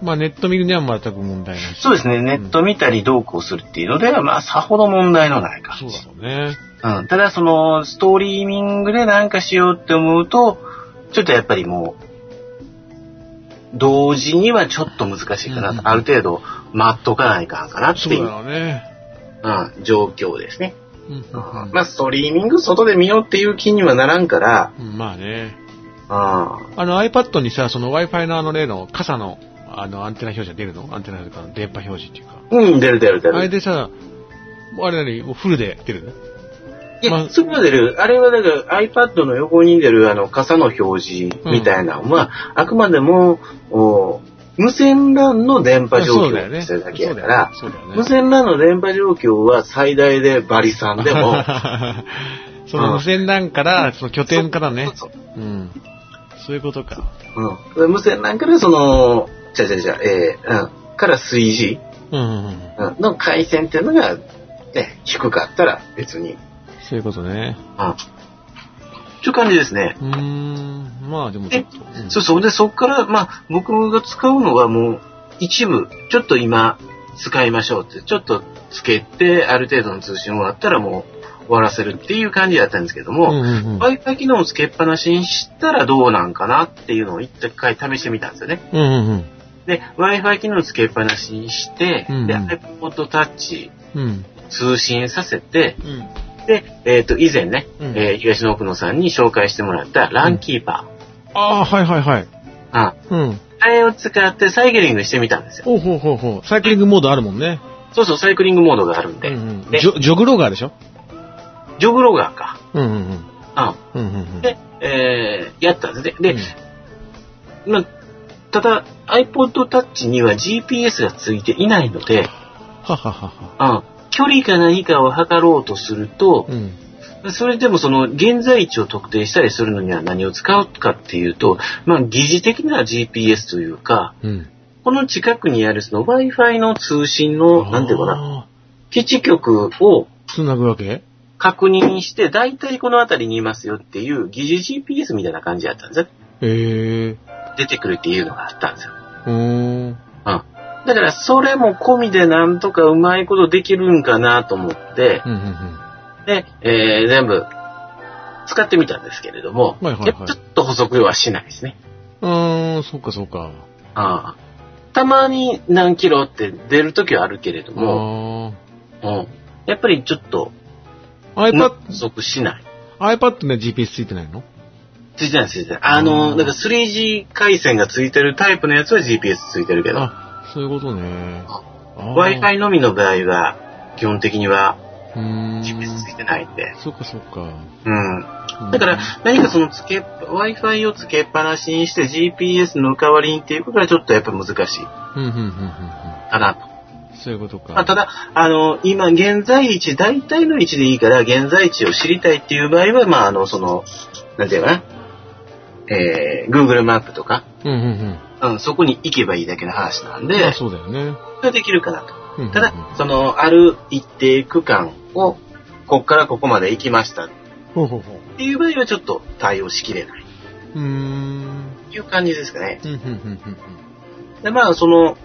Speaker 2: まあネット見るには全く問題ないし。
Speaker 1: そうですね。ネット見たりどうこうするっていうのでは、まあ、さほど問題のない感
Speaker 2: そう
Speaker 1: じ。
Speaker 2: だろうね。
Speaker 1: うん。ただ、その、ストリーミングでなんかしようって思うと、ちょっとやっぱりもう、同時にはちょっと難しいかなと。
Speaker 2: うん
Speaker 1: ある程度、待っとかないかんかなって
Speaker 2: そう
Speaker 1: いう
Speaker 2: だ。ろうね。
Speaker 1: うん、状況ですね。
Speaker 2: うんうんうん
Speaker 1: まあ、ストリーミング外で見ようっていう気にはならんから、
Speaker 2: うんまあね。
Speaker 1: う
Speaker 2: あの iPad にさ、その Wi-Fi のあの例の傘のあのアンテナ表示が出るのアンテナとかの電波表示っていうか。
Speaker 1: ん、うん、出る出る出
Speaker 2: あれ
Speaker 1: る。
Speaker 2: でさ、あれなに、もうフルで出る
Speaker 1: いや、
Speaker 2: まあ
Speaker 1: すぐ出る。あれはだから iPad の横に出るあの傘の表示みたいなのは、あくまでも、お無線 LAN の電波状
Speaker 2: そう
Speaker 1: 況
Speaker 2: だよ
Speaker 1: に
Speaker 2: ね。
Speaker 1: してるだけ
Speaker 2: そ
Speaker 1: や
Speaker 2: う
Speaker 1: か
Speaker 2: だ
Speaker 1: ら、
Speaker 2: よね。そうだよね
Speaker 1: 無線 LAN の電波状況は最大でバリ3で も、
Speaker 2: その無線 LAN から、その拠点からね。
Speaker 1: そう
Speaker 2: うん。そういうことか。
Speaker 1: そううん、無線 LAN からその、じゃじゃじゃ、えーうん、から 3G。
Speaker 2: うんうんうん。
Speaker 1: の回線っていうのが、ね、低かったら別に。うん。
Speaker 2: そういうことね。
Speaker 1: という感じですね。
Speaker 2: うーん。まあでもちょっと。うん
Speaker 1: そうそう。で、そこから、まあ、僕が使うのはもう、一部、ちょっと今、使いましょうって、ちょっとつけて、ある程度の通信をもらったらもう、終わらせるっていう感じだったんですけど
Speaker 2: うん
Speaker 1: も、
Speaker 2: うんうん
Speaker 1: Wi-Fi 機能をつけっぱなしにしたらどうなんかなっていうのを一回試してみたんですよね。
Speaker 2: うんうん
Speaker 1: で、Wi-Fi 機能をつけっぱなしにして、
Speaker 2: うんうん
Speaker 1: で、iPod Touch
Speaker 2: うん。うん。
Speaker 1: 通信させて、
Speaker 2: うん。
Speaker 1: で、えっ、と、以前ね、
Speaker 2: うん
Speaker 1: えー東野奥野さんに紹介してもらったランキーパ
Speaker 2: ああ、はいはいはい。
Speaker 1: ー。あ
Speaker 2: うん。
Speaker 1: あれを使ってサイクリングしてみたんですよ。
Speaker 2: おうほうほうほう。サイクリングモードあるもんね。
Speaker 1: そうそう、サイクリングモードがあるん
Speaker 2: う
Speaker 1: で。
Speaker 2: んうん。
Speaker 1: で
Speaker 2: ジョジョグローガーでしょ
Speaker 1: ジョグロガーか。
Speaker 2: うんうんうん。
Speaker 1: あ
Speaker 2: うんうんうん。
Speaker 1: で、えーやったんですね。
Speaker 2: う
Speaker 1: で
Speaker 2: ん、
Speaker 1: まあ、ただ iPod Touch には GPS がついていないので、
Speaker 2: はははは。
Speaker 1: あ距離か何かを測ろうとすると
Speaker 2: う、ん。
Speaker 1: それでもその現在地を特定したりするのには何を使うかっていうと、まあ疑似的な GPS というか、
Speaker 2: うん。
Speaker 1: この近くにあるその Wi-Fi の通信の、なんていうかな、
Speaker 2: な。
Speaker 1: 基地局を
Speaker 2: つなぐわけ
Speaker 1: 確認して、だいたいこの辺りにいますよっていう疑似 GPS みたいな感じだったんですよ。
Speaker 2: ええ。
Speaker 1: 出てくるっていうのがあったんですよ。
Speaker 2: うーん。
Speaker 1: だからそれも込みでなんとかうまいことできるんかなと思って
Speaker 2: うんう、んうん。
Speaker 1: で、えー全部使ってみたんですけれども、
Speaker 2: はいはいはい
Speaker 1: やっぱちょっと補足はしないですね。
Speaker 2: うーん、そうかそうか。
Speaker 1: ああたまに何キロって出るときはあるけれども、
Speaker 2: あ
Speaker 1: うんやっぱりちょっと
Speaker 2: あ。iPad
Speaker 1: 補、足しない。
Speaker 2: iPad ね GPS ついてないの
Speaker 1: ついてないついてない。あ
Speaker 2: う
Speaker 1: の、
Speaker 2: ん
Speaker 1: なんか 3G 回線がついてるタイプのやつは GPS ついてるけど、
Speaker 2: あ、そういうことね。あー
Speaker 1: Wi-Fi のみの場合は、基本的には
Speaker 2: うーん。
Speaker 1: GPS ついてないんで。
Speaker 2: そうかそうか。
Speaker 1: うん。
Speaker 2: うん
Speaker 1: だから、何かそのつけ、Wi-Fi をつけっぱなしにして GPS の代わりにっていうことはちょっとやっぱ難しいか
Speaker 2: うんうんうんうんうん。
Speaker 1: なと。
Speaker 2: そういうことか。
Speaker 1: まあ、ただ、あの、今、現在地、大体の位置でいいから、現在地を知りたいっていう場合は、まあ、あの、その、なんていうかな、えー、Google マップとか、
Speaker 2: うんうんうん。
Speaker 1: うん、そこに行けばいいだけの話なん
Speaker 2: まあ
Speaker 1: で、そ
Speaker 2: そうだよね。
Speaker 1: れはできるかなと。
Speaker 2: うんうんうん
Speaker 1: ただ、その、ある一定区間を、こっからここまで行きましたっ
Speaker 2: ほうほうほう。
Speaker 1: ていう場合は、ちょっと対応しきれない。
Speaker 2: うーん。
Speaker 1: いう感じですかね。
Speaker 2: うん、うん、うん、うん。
Speaker 1: で、まあ、その、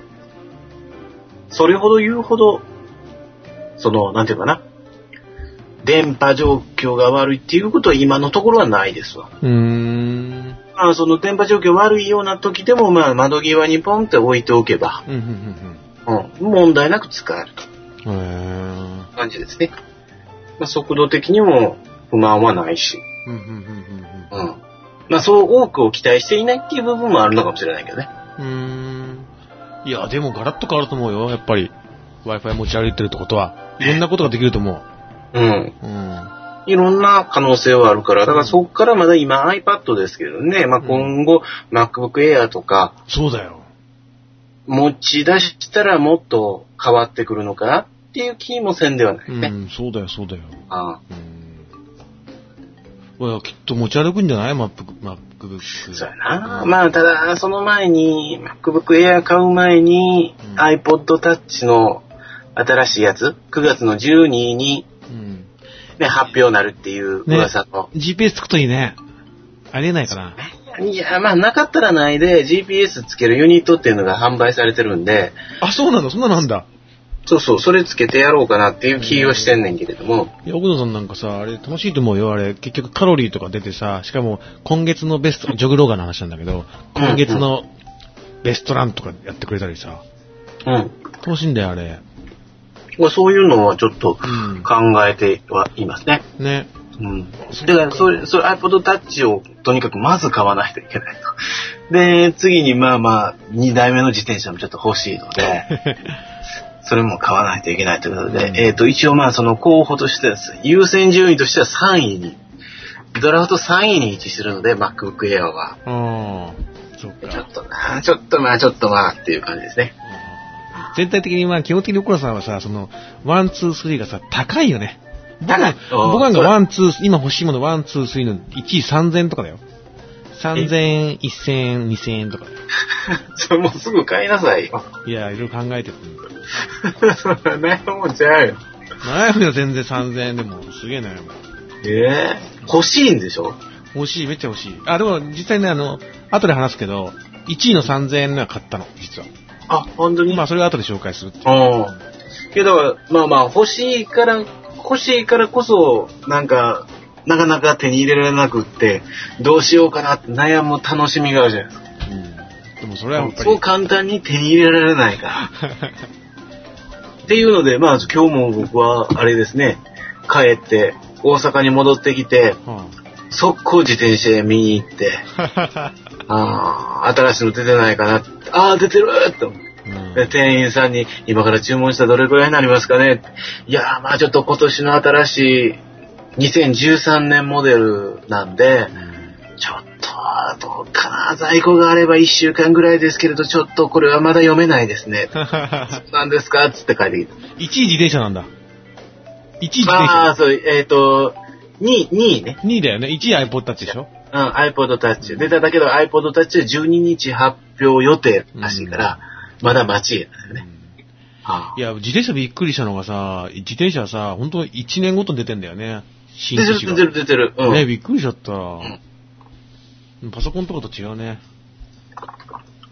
Speaker 1: それほど言うほど、その、なんていうかな、電波状況が悪いっていうことは今のところはないですわ。
Speaker 2: うーん。
Speaker 1: まあ、その電波状況悪いような時でも、まあ、窓際にポンって置いておけば、
Speaker 2: うん、うん、うん
Speaker 1: うん、問題なく使えると
Speaker 2: うん。へ
Speaker 1: いう感じですね。まあ、速度的にも不満はないし、
Speaker 2: ーうん、うん、うん
Speaker 1: うん。まあ、そう多くを期待していないっていう部分もあるのかもしれないけどね。
Speaker 2: うん、うん。うーん。いや、でもガラッと変わると思うよ、やっぱり。Wi-Fi 持ち歩いてるってことは。いろんなことができると思う。
Speaker 1: うん。
Speaker 2: うん。
Speaker 1: いろんな可能性はあるから、だからそこからまだ今 iPad ですけどね、まあ、今後 MacBook Air とか
Speaker 2: そうだよ。
Speaker 1: 持ち出したらもっと変わってくるのかなっていう気もせんではないうね。
Speaker 2: ん、そうだよ、そうだよ。
Speaker 1: ああ
Speaker 2: うん。いや、きっと持ち歩くんじゃないマップ、マックブック。
Speaker 1: そうやな。まあ、ただ、その前に、MacBook Air 買う前に、
Speaker 2: うん
Speaker 1: iPod Touch の新しいやつ、9月の12に、
Speaker 2: うん。
Speaker 1: ね、発表なるっていう噂の。
Speaker 2: GPS つくといいね。ありえないかな。
Speaker 1: いや、まあ、なかったらないで、GPS つけるユニットっていうのが販売されてるんで、
Speaker 2: あ、そうなんだ、そんなのあんだ。
Speaker 1: そうそう、それつけてやろうかなっていう気をしてんねんけれども、
Speaker 2: いや、奥野さんなんかさ、あれ楽しいと思うよ。あれ、結局カロリーとか出てさ、しかも今月のベ スト、ジョグローガーの話なんだけど、今月のベストランとかやってくれたりさ、
Speaker 1: うん。
Speaker 2: 楽しいんだよ、あれ。
Speaker 1: まあそういうのはちょっと
Speaker 2: うん
Speaker 1: 考えてはいますね。
Speaker 2: ね。
Speaker 1: うん。だから、それ、それ iPod Touch をとにかくまず買わないといけないと。で、次にまあまあ、2台目の自転車もちょっと欲しいので、それも買わないといけないということで、
Speaker 2: うん
Speaker 1: えっ、と、一応まあその候補としてはですね、優先順位としては3位に、ドラフト3位に位置してるので、MacBook Air は。
Speaker 2: ああ、そっ
Speaker 1: ちょ
Speaker 2: か
Speaker 1: っ。とな、ちょっとまあ、ちょっとまあっていう感じですね。
Speaker 2: 全体的に、まあ、基本的に奥野さんはさ、その、ワン、ツー、スリーがさ、高いよね。僕
Speaker 1: 高
Speaker 2: はい僕なん
Speaker 1: そ
Speaker 2: か
Speaker 1: うだ
Speaker 2: ワン、ツー、今欲しいもの、ワン、ツー、スリーの1位3000とかだよ。3000円、1000円、2000円とか。
Speaker 1: それもうすぐ買いなさいよ。
Speaker 2: いや、いろいろ考えてる。
Speaker 1: そん な悩むんちゃうよ。
Speaker 2: ナイフには全然3000円でも、すげえ悩む。
Speaker 1: ええ欲しいんでしょ
Speaker 2: 欲しい、めっちゃ欲しい。あ、でも実際ね、あの、後で話すけど、1位の3000円のは買ったの、実は。
Speaker 1: あ、本当に
Speaker 2: まあ、それは後で紹介するっていう。
Speaker 1: うん。けど、まあまあ、欲しいから、欲しいからこそ、なんか、なかなか手に入れられなくって、どうしようかなって悩む楽しみがあるじゃないですか。
Speaker 2: でもそれはやっぱり。
Speaker 1: そう簡単に手に入れられないから。っていうので、まあ今日も僕は、あれですね、帰って、大阪に戻ってきて、
Speaker 2: は
Speaker 1: 速攻自転車で見に行って、
Speaker 2: あ
Speaker 1: ああ、新しいの出てないかな。ああ、出てるって思って
Speaker 2: うん
Speaker 1: で店員さんに、今から注文したらどれくらいになりますかねいやー、まあちょっと今年の新しい2013年モデルなんで、ちょっと、どうかな、在庫があれば1週間ぐらいですけれど、ちょっとこれはまだ読めないですね。
Speaker 2: 1
Speaker 1: 何ですかつって書いてきた。
Speaker 2: 位自転車なんだ。1位自転
Speaker 1: ま
Speaker 2: 車。
Speaker 1: あ、そう、えっ、と、2位、2位ね。
Speaker 2: 2位だよね。1位 iPod たちでしょ
Speaker 1: うん、iPod Touch。出ただけど iPod Touch は12日発表予定らしいから、まだ待ちなんだよね。ああ
Speaker 2: いや、自転車びっくりしたのがさ、自転車さ、ほんと1年ごとに出てんだよね。新
Speaker 1: 出て
Speaker 2: 機種
Speaker 1: る、出て
Speaker 2: が。
Speaker 1: る、出てる。うん。
Speaker 2: ね、びっくりしちゃった。
Speaker 1: ん
Speaker 2: パソコンとかと違うね。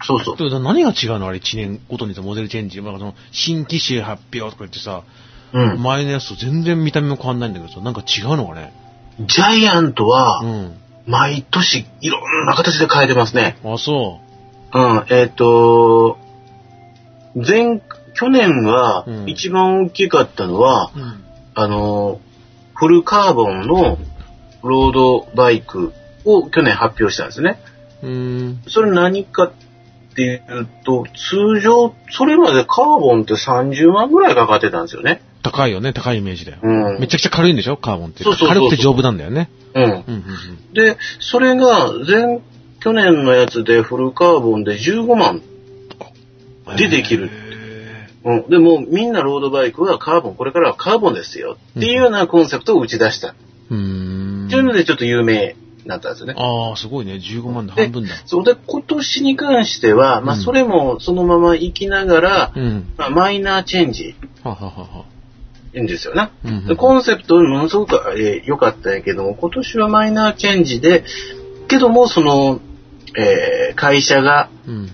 Speaker 1: そうそう。
Speaker 2: でも何が違うのあれ1年ごとにさ、モデルチェンジ。まあその新機種発表とか言ってさ、
Speaker 1: うん。
Speaker 2: 前のやつと全然見た目も変わんないんだけどさ、なんか違うのがね。
Speaker 1: ジャイアント
Speaker 2: う
Speaker 1: は、
Speaker 2: ん。
Speaker 1: 毎年いろんな形で変えてますね。
Speaker 2: あ、そ
Speaker 1: うん、えっ、と、前、去年は
Speaker 2: う、ん
Speaker 1: 一番大きかったのは、
Speaker 2: う。うん。
Speaker 1: あの、フルカーボンのロードバイクを去年発表したんですね。
Speaker 2: うーん。
Speaker 1: それ何かっていうと、通常、それまでカーボンって30万ぐらいかかってたんですよね。
Speaker 2: 高いよね。高いイメージだよ。
Speaker 1: うん。
Speaker 2: めちゃくちゃ軽いんでしょカーボンって。
Speaker 1: そうそうそうそう
Speaker 2: 軽くて丈夫なんだよね。
Speaker 1: うん。
Speaker 2: うんうん
Speaker 1: で、それが前、去年のやつでフルカーボンで15万。
Speaker 2: うん。
Speaker 1: でできる
Speaker 2: へ
Speaker 1: うん、でもみんなロードバイクはカーボン、これからはカーボンですよっていうようなコンセプトを打ち出した。っ
Speaker 2: ー。うーん
Speaker 1: ていうのでちょっと有名になったんですよね。
Speaker 2: ああ、すごいね。15万で
Speaker 1: で
Speaker 2: 半分だ。
Speaker 1: そうで、今年に関しては、まあ
Speaker 2: うん
Speaker 1: それもそのまま行きながら、
Speaker 2: うん。
Speaker 1: まあ、マイナーチェンジ
Speaker 2: はははは。
Speaker 1: いいんですよね。
Speaker 2: うんうん
Speaker 1: でコンセプトものすごくえー良かったんやけども、今年はマイナーチェンジで、けども、その、えー会社が、
Speaker 2: うん。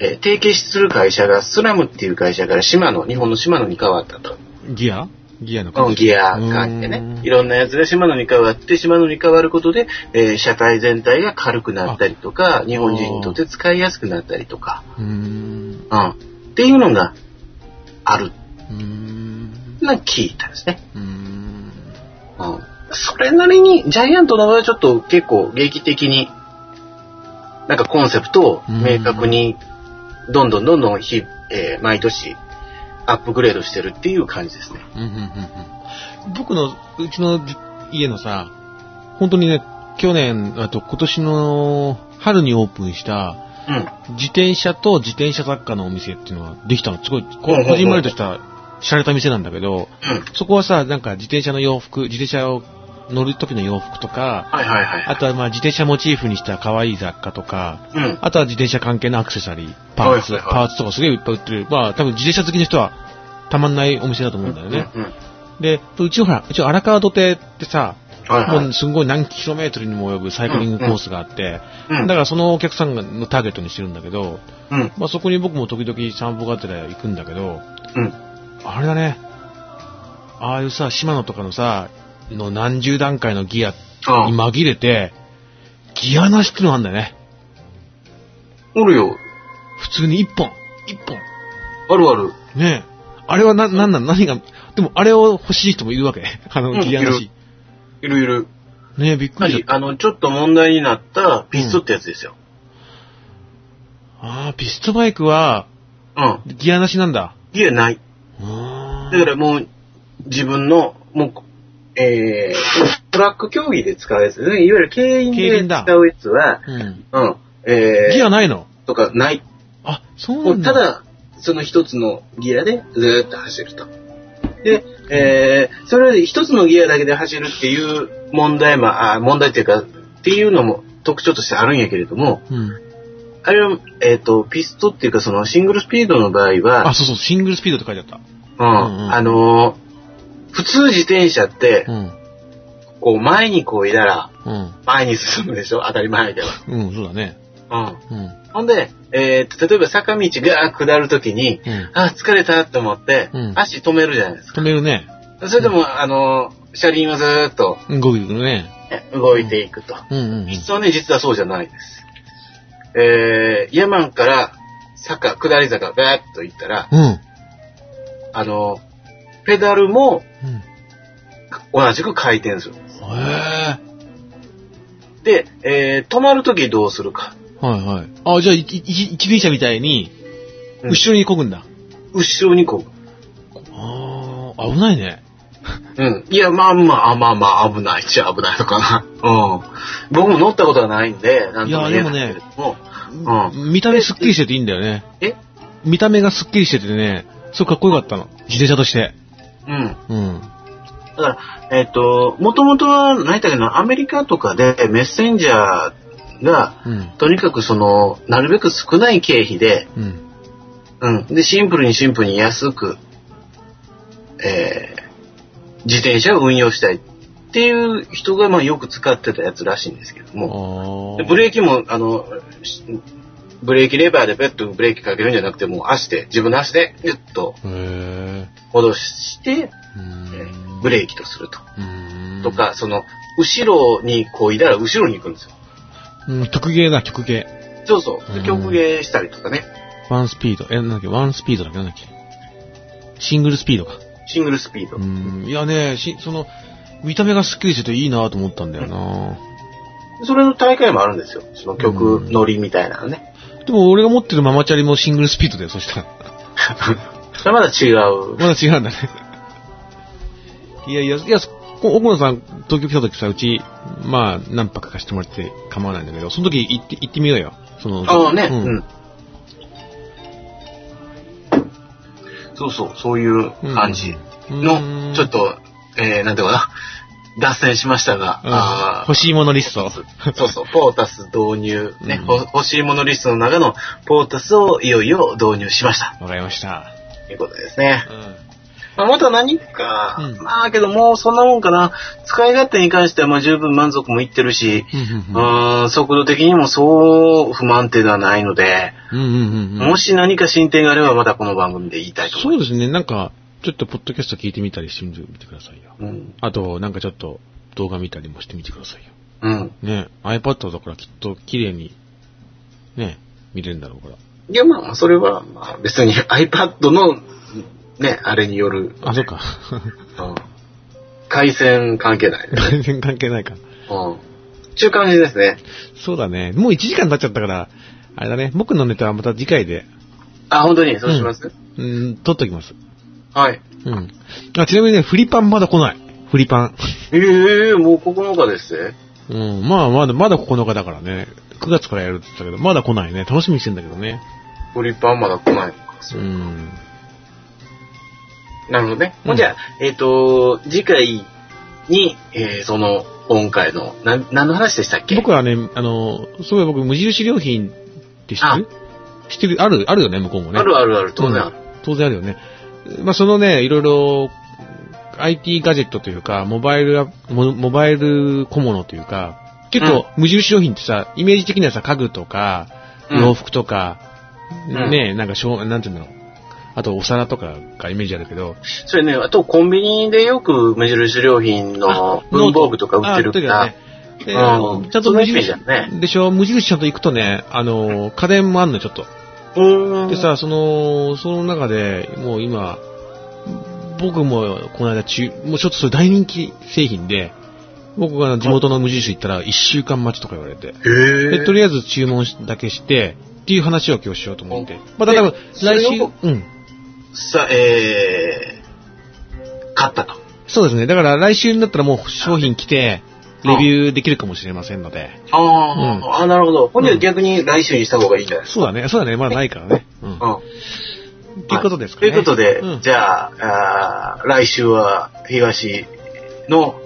Speaker 1: えー提携する会社がスラムっていう会社から島野、日本の島野に変わったと。
Speaker 2: ギアギアの
Speaker 1: うんギアがあってね。いろんなやつが島野に変わって、島野に変わることで、えー社会全体が軽くなったりとか、日本人にとって使いやすくなったりとか、
Speaker 2: うーん。
Speaker 1: うん。っていうのがある
Speaker 2: うーん。
Speaker 1: な聞いたんですね。
Speaker 2: うーん。
Speaker 1: うん。それなりに、ジャイアントの場合はちょっと結構劇的に、なんかコンセプトを明確に、どんどんどんどん日、えー毎年アップグレードしてるっていう感じですね。
Speaker 2: うんうんうんうん僕の、うちのじ家のさ、本当にね、去年、あと今年の春にオープンした、
Speaker 1: うん。
Speaker 2: 自転車と自転車雑貨のお店っていうのができたの。すごい、こ
Speaker 1: うんうんうん
Speaker 2: こじんまりとした、洒落た店なんだけど、
Speaker 1: うん。
Speaker 2: そこはさ、なんか自転車の洋服、自転車を乗る時の洋服とか、
Speaker 1: はいはいはい。
Speaker 2: あとはまあ自転車モチーフにした可愛い雑貨とか、
Speaker 1: うん。
Speaker 2: あとは自転車関係のアクセサリー、パーツ、
Speaker 1: はいはいはい
Speaker 2: パーツとかすげえいっぱい売ってる。まあ多分自転車好きの人はたまんないお店だと思うんだよね。
Speaker 1: うん。うん
Speaker 2: で、うちほら、うち荒川土手ってさ、
Speaker 1: はいはい。
Speaker 2: もうすんごい何キロメートルにも及ぶサイクリングコースがあって、
Speaker 1: うん
Speaker 2: だからそのお客さんのターゲットにしてるんだけど、
Speaker 1: うん。
Speaker 2: まあそこに僕も時々散歩がてら行くんだけど、
Speaker 1: うん。
Speaker 2: あれだね、ああいうさ、島野とかのさ、の何十段階のギアに
Speaker 1: ああ、
Speaker 2: 紛れて、ギアなしってのがあんだよね。
Speaker 1: おるよ。
Speaker 2: 普通に一本、一本。
Speaker 1: あるある。
Speaker 2: ねえ。あれはな、なんなの何が、でもあれを欲しい人もいるわけ。 あの、
Speaker 1: うん
Speaker 2: ギアなし。
Speaker 1: いるいる。
Speaker 2: ねえ、びっくりしちゃった。
Speaker 1: あの、ちょっと問題になったピストってやつですよ。
Speaker 2: ああ、ピストバイクは、
Speaker 1: うん。
Speaker 2: ギアなしなんだ。
Speaker 1: 家ない。
Speaker 2: うーん
Speaker 1: だからもう、自分の、もう、えー、トラック競技で使うやつですね。いわゆる競輪
Speaker 2: 競
Speaker 1: で
Speaker 2: 輪だ
Speaker 1: 使うやつは、
Speaker 2: うん。
Speaker 1: うん。えー、
Speaker 2: ギアないの
Speaker 1: とかない。
Speaker 2: あ、そうなんだ。
Speaker 1: ただ、その一つのギアでずーっと走ると。で、えー、それで一つのギアだけで走るっていう問題も、あ問題っていうか、っていうのも特徴としてあるんやけれども、
Speaker 2: うん。
Speaker 1: あれは、えっ、と、ピストっていうか、そのシングルスピードの場合は
Speaker 2: あ、、そうそう、シングルスピードって書いてあっ
Speaker 1: うん、
Speaker 2: うんうん
Speaker 1: あのー普通自転車って
Speaker 2: た。、うん。
Speaker 1: こう前にこういだら、
Speaker 2: うん。
Speaker 1: 前に進むでしょ当たり前やけど。
Speaker 2: うん、そうだね。
Speaker 1: うん。
Speaker 2: うん。
Speaker 1: ほんで、えーと、例えば坂道が下るときに、
Speaker 2: うん。
Speaker 1: あ、疲れたって思って、
Speaker 2: うん
Speaker 1: 足止めるじゃないです
Speaker 2: 止めるね。
Speaker 1: か。それでも、あのー車輪はずーっと
Speaker 2: うん、ゴビゴビね。
Speaker 1: ね動いていくと。
Speaker 2: うんうんうん。
Speaker 1: 実はね、実はそうじゃないです。えー、山から坂、下り坂、ガーッと行ったら、
Speaker 2: うん。
Speaker 1: あのーペダルも
Speaker 2: うん。
Speaker 1: 同じく回転するんです。
Speaker 2: へえ。
Speaker 1: で、えー止まるときどうするか。
Speaker 2: はいはい。あ、じゃあ、いいい一輪車みたいに、
Speaker 1: うん
Speaker 2: 後ろに漕ぐんだ。
Speaker 1: 後ろにこう。
Speaker 2: ああ、危ないね。
Speaker 1: うん。いや、まあまあ、まあまあ、危ないっちゃ危ないのかな。うん。僕も乗ったことはないんで、なんとも言えないけれども。
Speaker 2: 見た目すっきりしてていいんだよね。
Speaker 1: え
Speaker 2: 見た目がすっきりしててね、そうかっこよかったの。自転車として。
Speaker 1: うん。
Speaker 2: うん。
Speaker 1: だから、えっ、と、もともとは、何だけど、アメリカとかでメッセンジャーが、
Speaker 2: うん。
Speaker 1: とにかくその、なるべく少ない経費で、
Speaker 2: うん。
Speaker 1: うん。で、シンプルにシンプルに安く、えー、自転車を運用したいっていう人が、まあ、よく使ってたやつらしいんですけども。
Speaker 2: あ
Speaker 1: で
Speaker 2: あ。
Speaker 1: ブレーキも、あの、しブレーキレバーでペッとブレーキかけるんじゃなくて、もう足で、自分の足でギュッと
Speaker 2: へえ。
Speaker 1: 戻して、えーブ
Speaker 2: レ
Speaker 1: レーキとすると。
Speaker 2: うん。
Speaker 1: と。か、その、後ろにこういだら後ろに行くんですよ。
Speaker 2: うん、曲芸だ、曲芸。
Speaker 1: そうそう。
Speaker 2: う
Speaker 1: で
Speaker 2: ん
Speaker 1: 曲芸したりとかね、
Speaker 2: ワンスピード。え、なんだっけ、ワンスピードだっけ、なんだっけ。シングルスピードか。
Speaker 1: シングルスピード。
Speaker 2: うん。いやね、し、その、見た目がすっきりしてていいなと思ったんだよな。
Speaker 1: それの大会もあるんですよ。その曲乗りみたいなのね。
Speaker 2: でも俺が持ってるママチャリもシングルスピードだよ、そしたら。
Speaker 1: それはまだ違う。
Speaker 2: まだ違うんだね。いやいや、いや、そこ奥野さん、東京来た時さ、うち、まあ、何泊かしてもらって構わないんだけど、その時行って、行ってみようよ。その、
Speaker 1: ああね、
Speaker 2: う
Speaker 1: うんん。そうそう、そういう感じ。
Speaker 2: うん
Speaker 1: の、ちょっ、と、えー、なんていうかな、脱線しましたが、
Speaker 2: うん
Speaker 1: あー
Speaker 2: 欲しいものリスト。
Speaker 1: そうそう、ポータス導入、ね、
Speaker 2: うん
Speaker 1: ほ欲しいものリストの中のポータスをいよいよ導入しました。
Speaker 2: わかりました。
Speaker 1: ということですね。
Speaker 2: うん。
Speaker 1: まあ、元何か、
Speaker 2: うん
Speaker 1: まあけどもうそんなもんかな。使い勝手に関してはまあ十分満足もいってるし、う、
Speaker 2: うん
Speaker 1: 速度的にもそう不満定ではないので、
Speaker 2: んうんうんうん
Speaker 1: もし何か進展があればまたこの番組で言いたいと
Speaker 2: そ
Speaker 1: 思
Speaker 2: う
Speaker 1: いま。
Speaker 2: ですすね、なんか、ちょっとポッドキャスト聞いてみたりしてみてくださいよ。
Speaker 1: うん。
Speaker 2: あと、なんかちょっと動画見たりもしてみてくださいよ。
Speaker 1: うん。
Speaker 2: ね、iPad だからきっと綺麗に、ね、見れるんだろうから。
Speaker 1: いやまあまあそれはまあ別に iPad のね、あれによる、
Speaker 2: あ、そっか。
Speaker 1: うん、回線関係ない、ね。
Speaker 2: 全然関係ないか。
Speaker 1: うん。ちゅう感じですね。
Speaker 2: そうだね。もう1時間経っちゃったから、あれだね、僕のネタはまた次回で、
Speaker 1: あ、本当にそうします、
Speaker 2: うん、撮っときます。
Speaker 1: はい。
Speaker 2: うん。あ、ちなみにね、フリパンまだ来ない。フリパン。
Speaker 1: ええもう9日ですね。
Speaker 2: うん、まあまだ、まだ9日だからね。9月からやるって言ってたけど、まだ来ないね。楽しみにしてんだけどね。
Speaker 1: フリップはまだ来ないのか。
Speaker 2: うん。
Speaker 1: なるほどね。
Speaker 2: うん
Speaker 1: ほんじゃあ、えっ、と、次回に、えーその、今回の、なん、何の話でしたっけ
Speaker 2: 僕はね、あの、そういえば僕、無印良品って知ってる知ってるある、あるよね、向こうもね。
Speaker 1: あるあるある、当然ある。
Speaker 2: 当然あるよね。まあ、そのね、いろいろ、IT ガジェットというか、モバイルア、モモバイル小物というか、結構、無印良品ってさ、イメージ的にはさ、家具とか、
Speaker 1: うん
Speaker 2: 洋服とか、
Speaker 1: うん
Speaker 2: ね、なんかしょう、なんていうんだろう。あと、お皿とかがイメージあるけど、
Speaker 1: それね、あとコンビニでよく無印良品の文房具とか売ってるか
Speaker 2: あ
Speaker 1: ら
Speaker 2: 売っ、てるよねであ
Speaker 1: う
Speaker 2: の
Speaker 1: ん、
Speaker 2: ちゃんと無印
Speaker 1: そ、のイメージだね
Speaker 2: でしょ無印ちゃんと行くとね、あの、家電もあんのよ、ちょっと。
Speaker 1: うーん
Speaker 2: でさ、その、その中で、もう今、僕もこの間中、もうちょっとそれ大人気製品で、僕が地元の無印行ったら1週間待ちとか言われて、
Speaker 1: へー
Speaker 2: でとりあえず注文だけして、っていう話を今日しようと思って。まあ、だから
Speaker 1: それ
Speaker 2: 来週、
Speaker 1: を
Speaker 2: うん。
Speaker 1: さ、えー、買ったと。
Speaker 2: そうですね。だから来週になったらもう商品来て、レビューできるかもしれませんので。
Speaker 1: ああ、
Speaker 2: うん
Speaker 1: あ、なるほど。ほんじゃ
Speaker 2: うん
Speaker 1: 逆に来週にした方がいいんじゃないです
Speaker 2: そうだね。そうだね。まだないからね。うん。
Speaker 1: か。うん。
Speaker 2: っていうことですかね。
Speaker 1: ということで、
Speaker 2: うん
Speaker 1: じゃああー来週は東の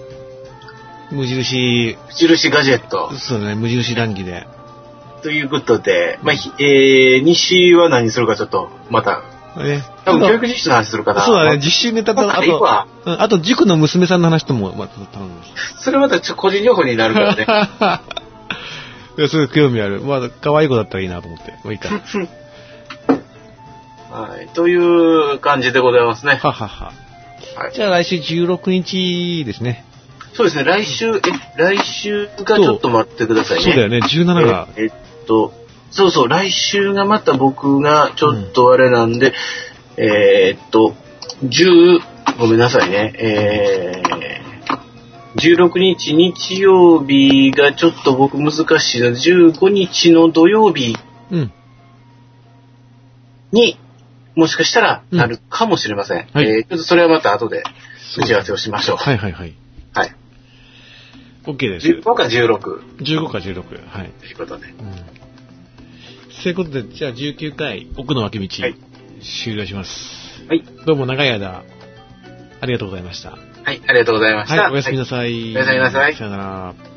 Speaker 2: 無印、
Speaker 1: 印ガジェット
Speaker 2: そうだね。無印談義で。
Speaker 1: ということで、まあひえー、西は何するかちょっとまた
Speaker 2: ね。
Speaker 1: 多分教育実習の話するかな
Speaker 2: そうだね、実習ネタと、
Speaker 1: まあ
Speaker 2: あ
Speaker 1: いい
Speaker 2: と
Speaker 1: わ、
Speaker 2: うんあと塾の娘さんの話とも、まあ、頼むんです。
Speaker 1: それまたちょ個人情報になるから ね
Speaker 2: いや、すごい興味ある。まあ、可愛い子だったらいいなと思って。まあ、いいか。
Speaker 1: はいという感じでございますね、
Speaker 2: ははは。
Speaker 1: はい
Speaker 2: じゃあ来週16日ですね。
Speaker 1: そうですね来週え来週がちょっと待ってくださいね
Speaker 2: そうだよね、17が。
Speaker 1: ええっと、そうそう、来週がまた僕がちょっとあれなんで、えーっと、10、ごめんなさいね、えー、16日日曜日がちょっと僕難しいので、15日の土曜日
Speaker 2: うん。
Speaker 1: に、もしかしたら
Speaker 2: うん
Speaker 1: なるかもしれません。
Speaker 2: はい
Speaker 1: えーちょっとそれはまた後で
Speaker 2: そう
Speaker 1: 打ち合わせをしましょう。
Speaker 2: はいはいはい。
Speaker 1: はい。
Speaker 2: OK です。
Speaker 1: 15か16と
Speaker 2: 15か16。はい。
Speaker 1: いうことで。
Speaker 2: うん。そういうことで、じゃあ19回、奥の脇道、
Speaker 1: はい
Speaker 2: 終了します。
Speaker 1: はい。
Speaker 2: どうも長い間、ありがとうございました。
Speaker 1: はい、ありがとうございました。
Speaker 2: はい、おやすみなさい。
Speaker 1: おやすみなさい
Speaker 2: さよなら。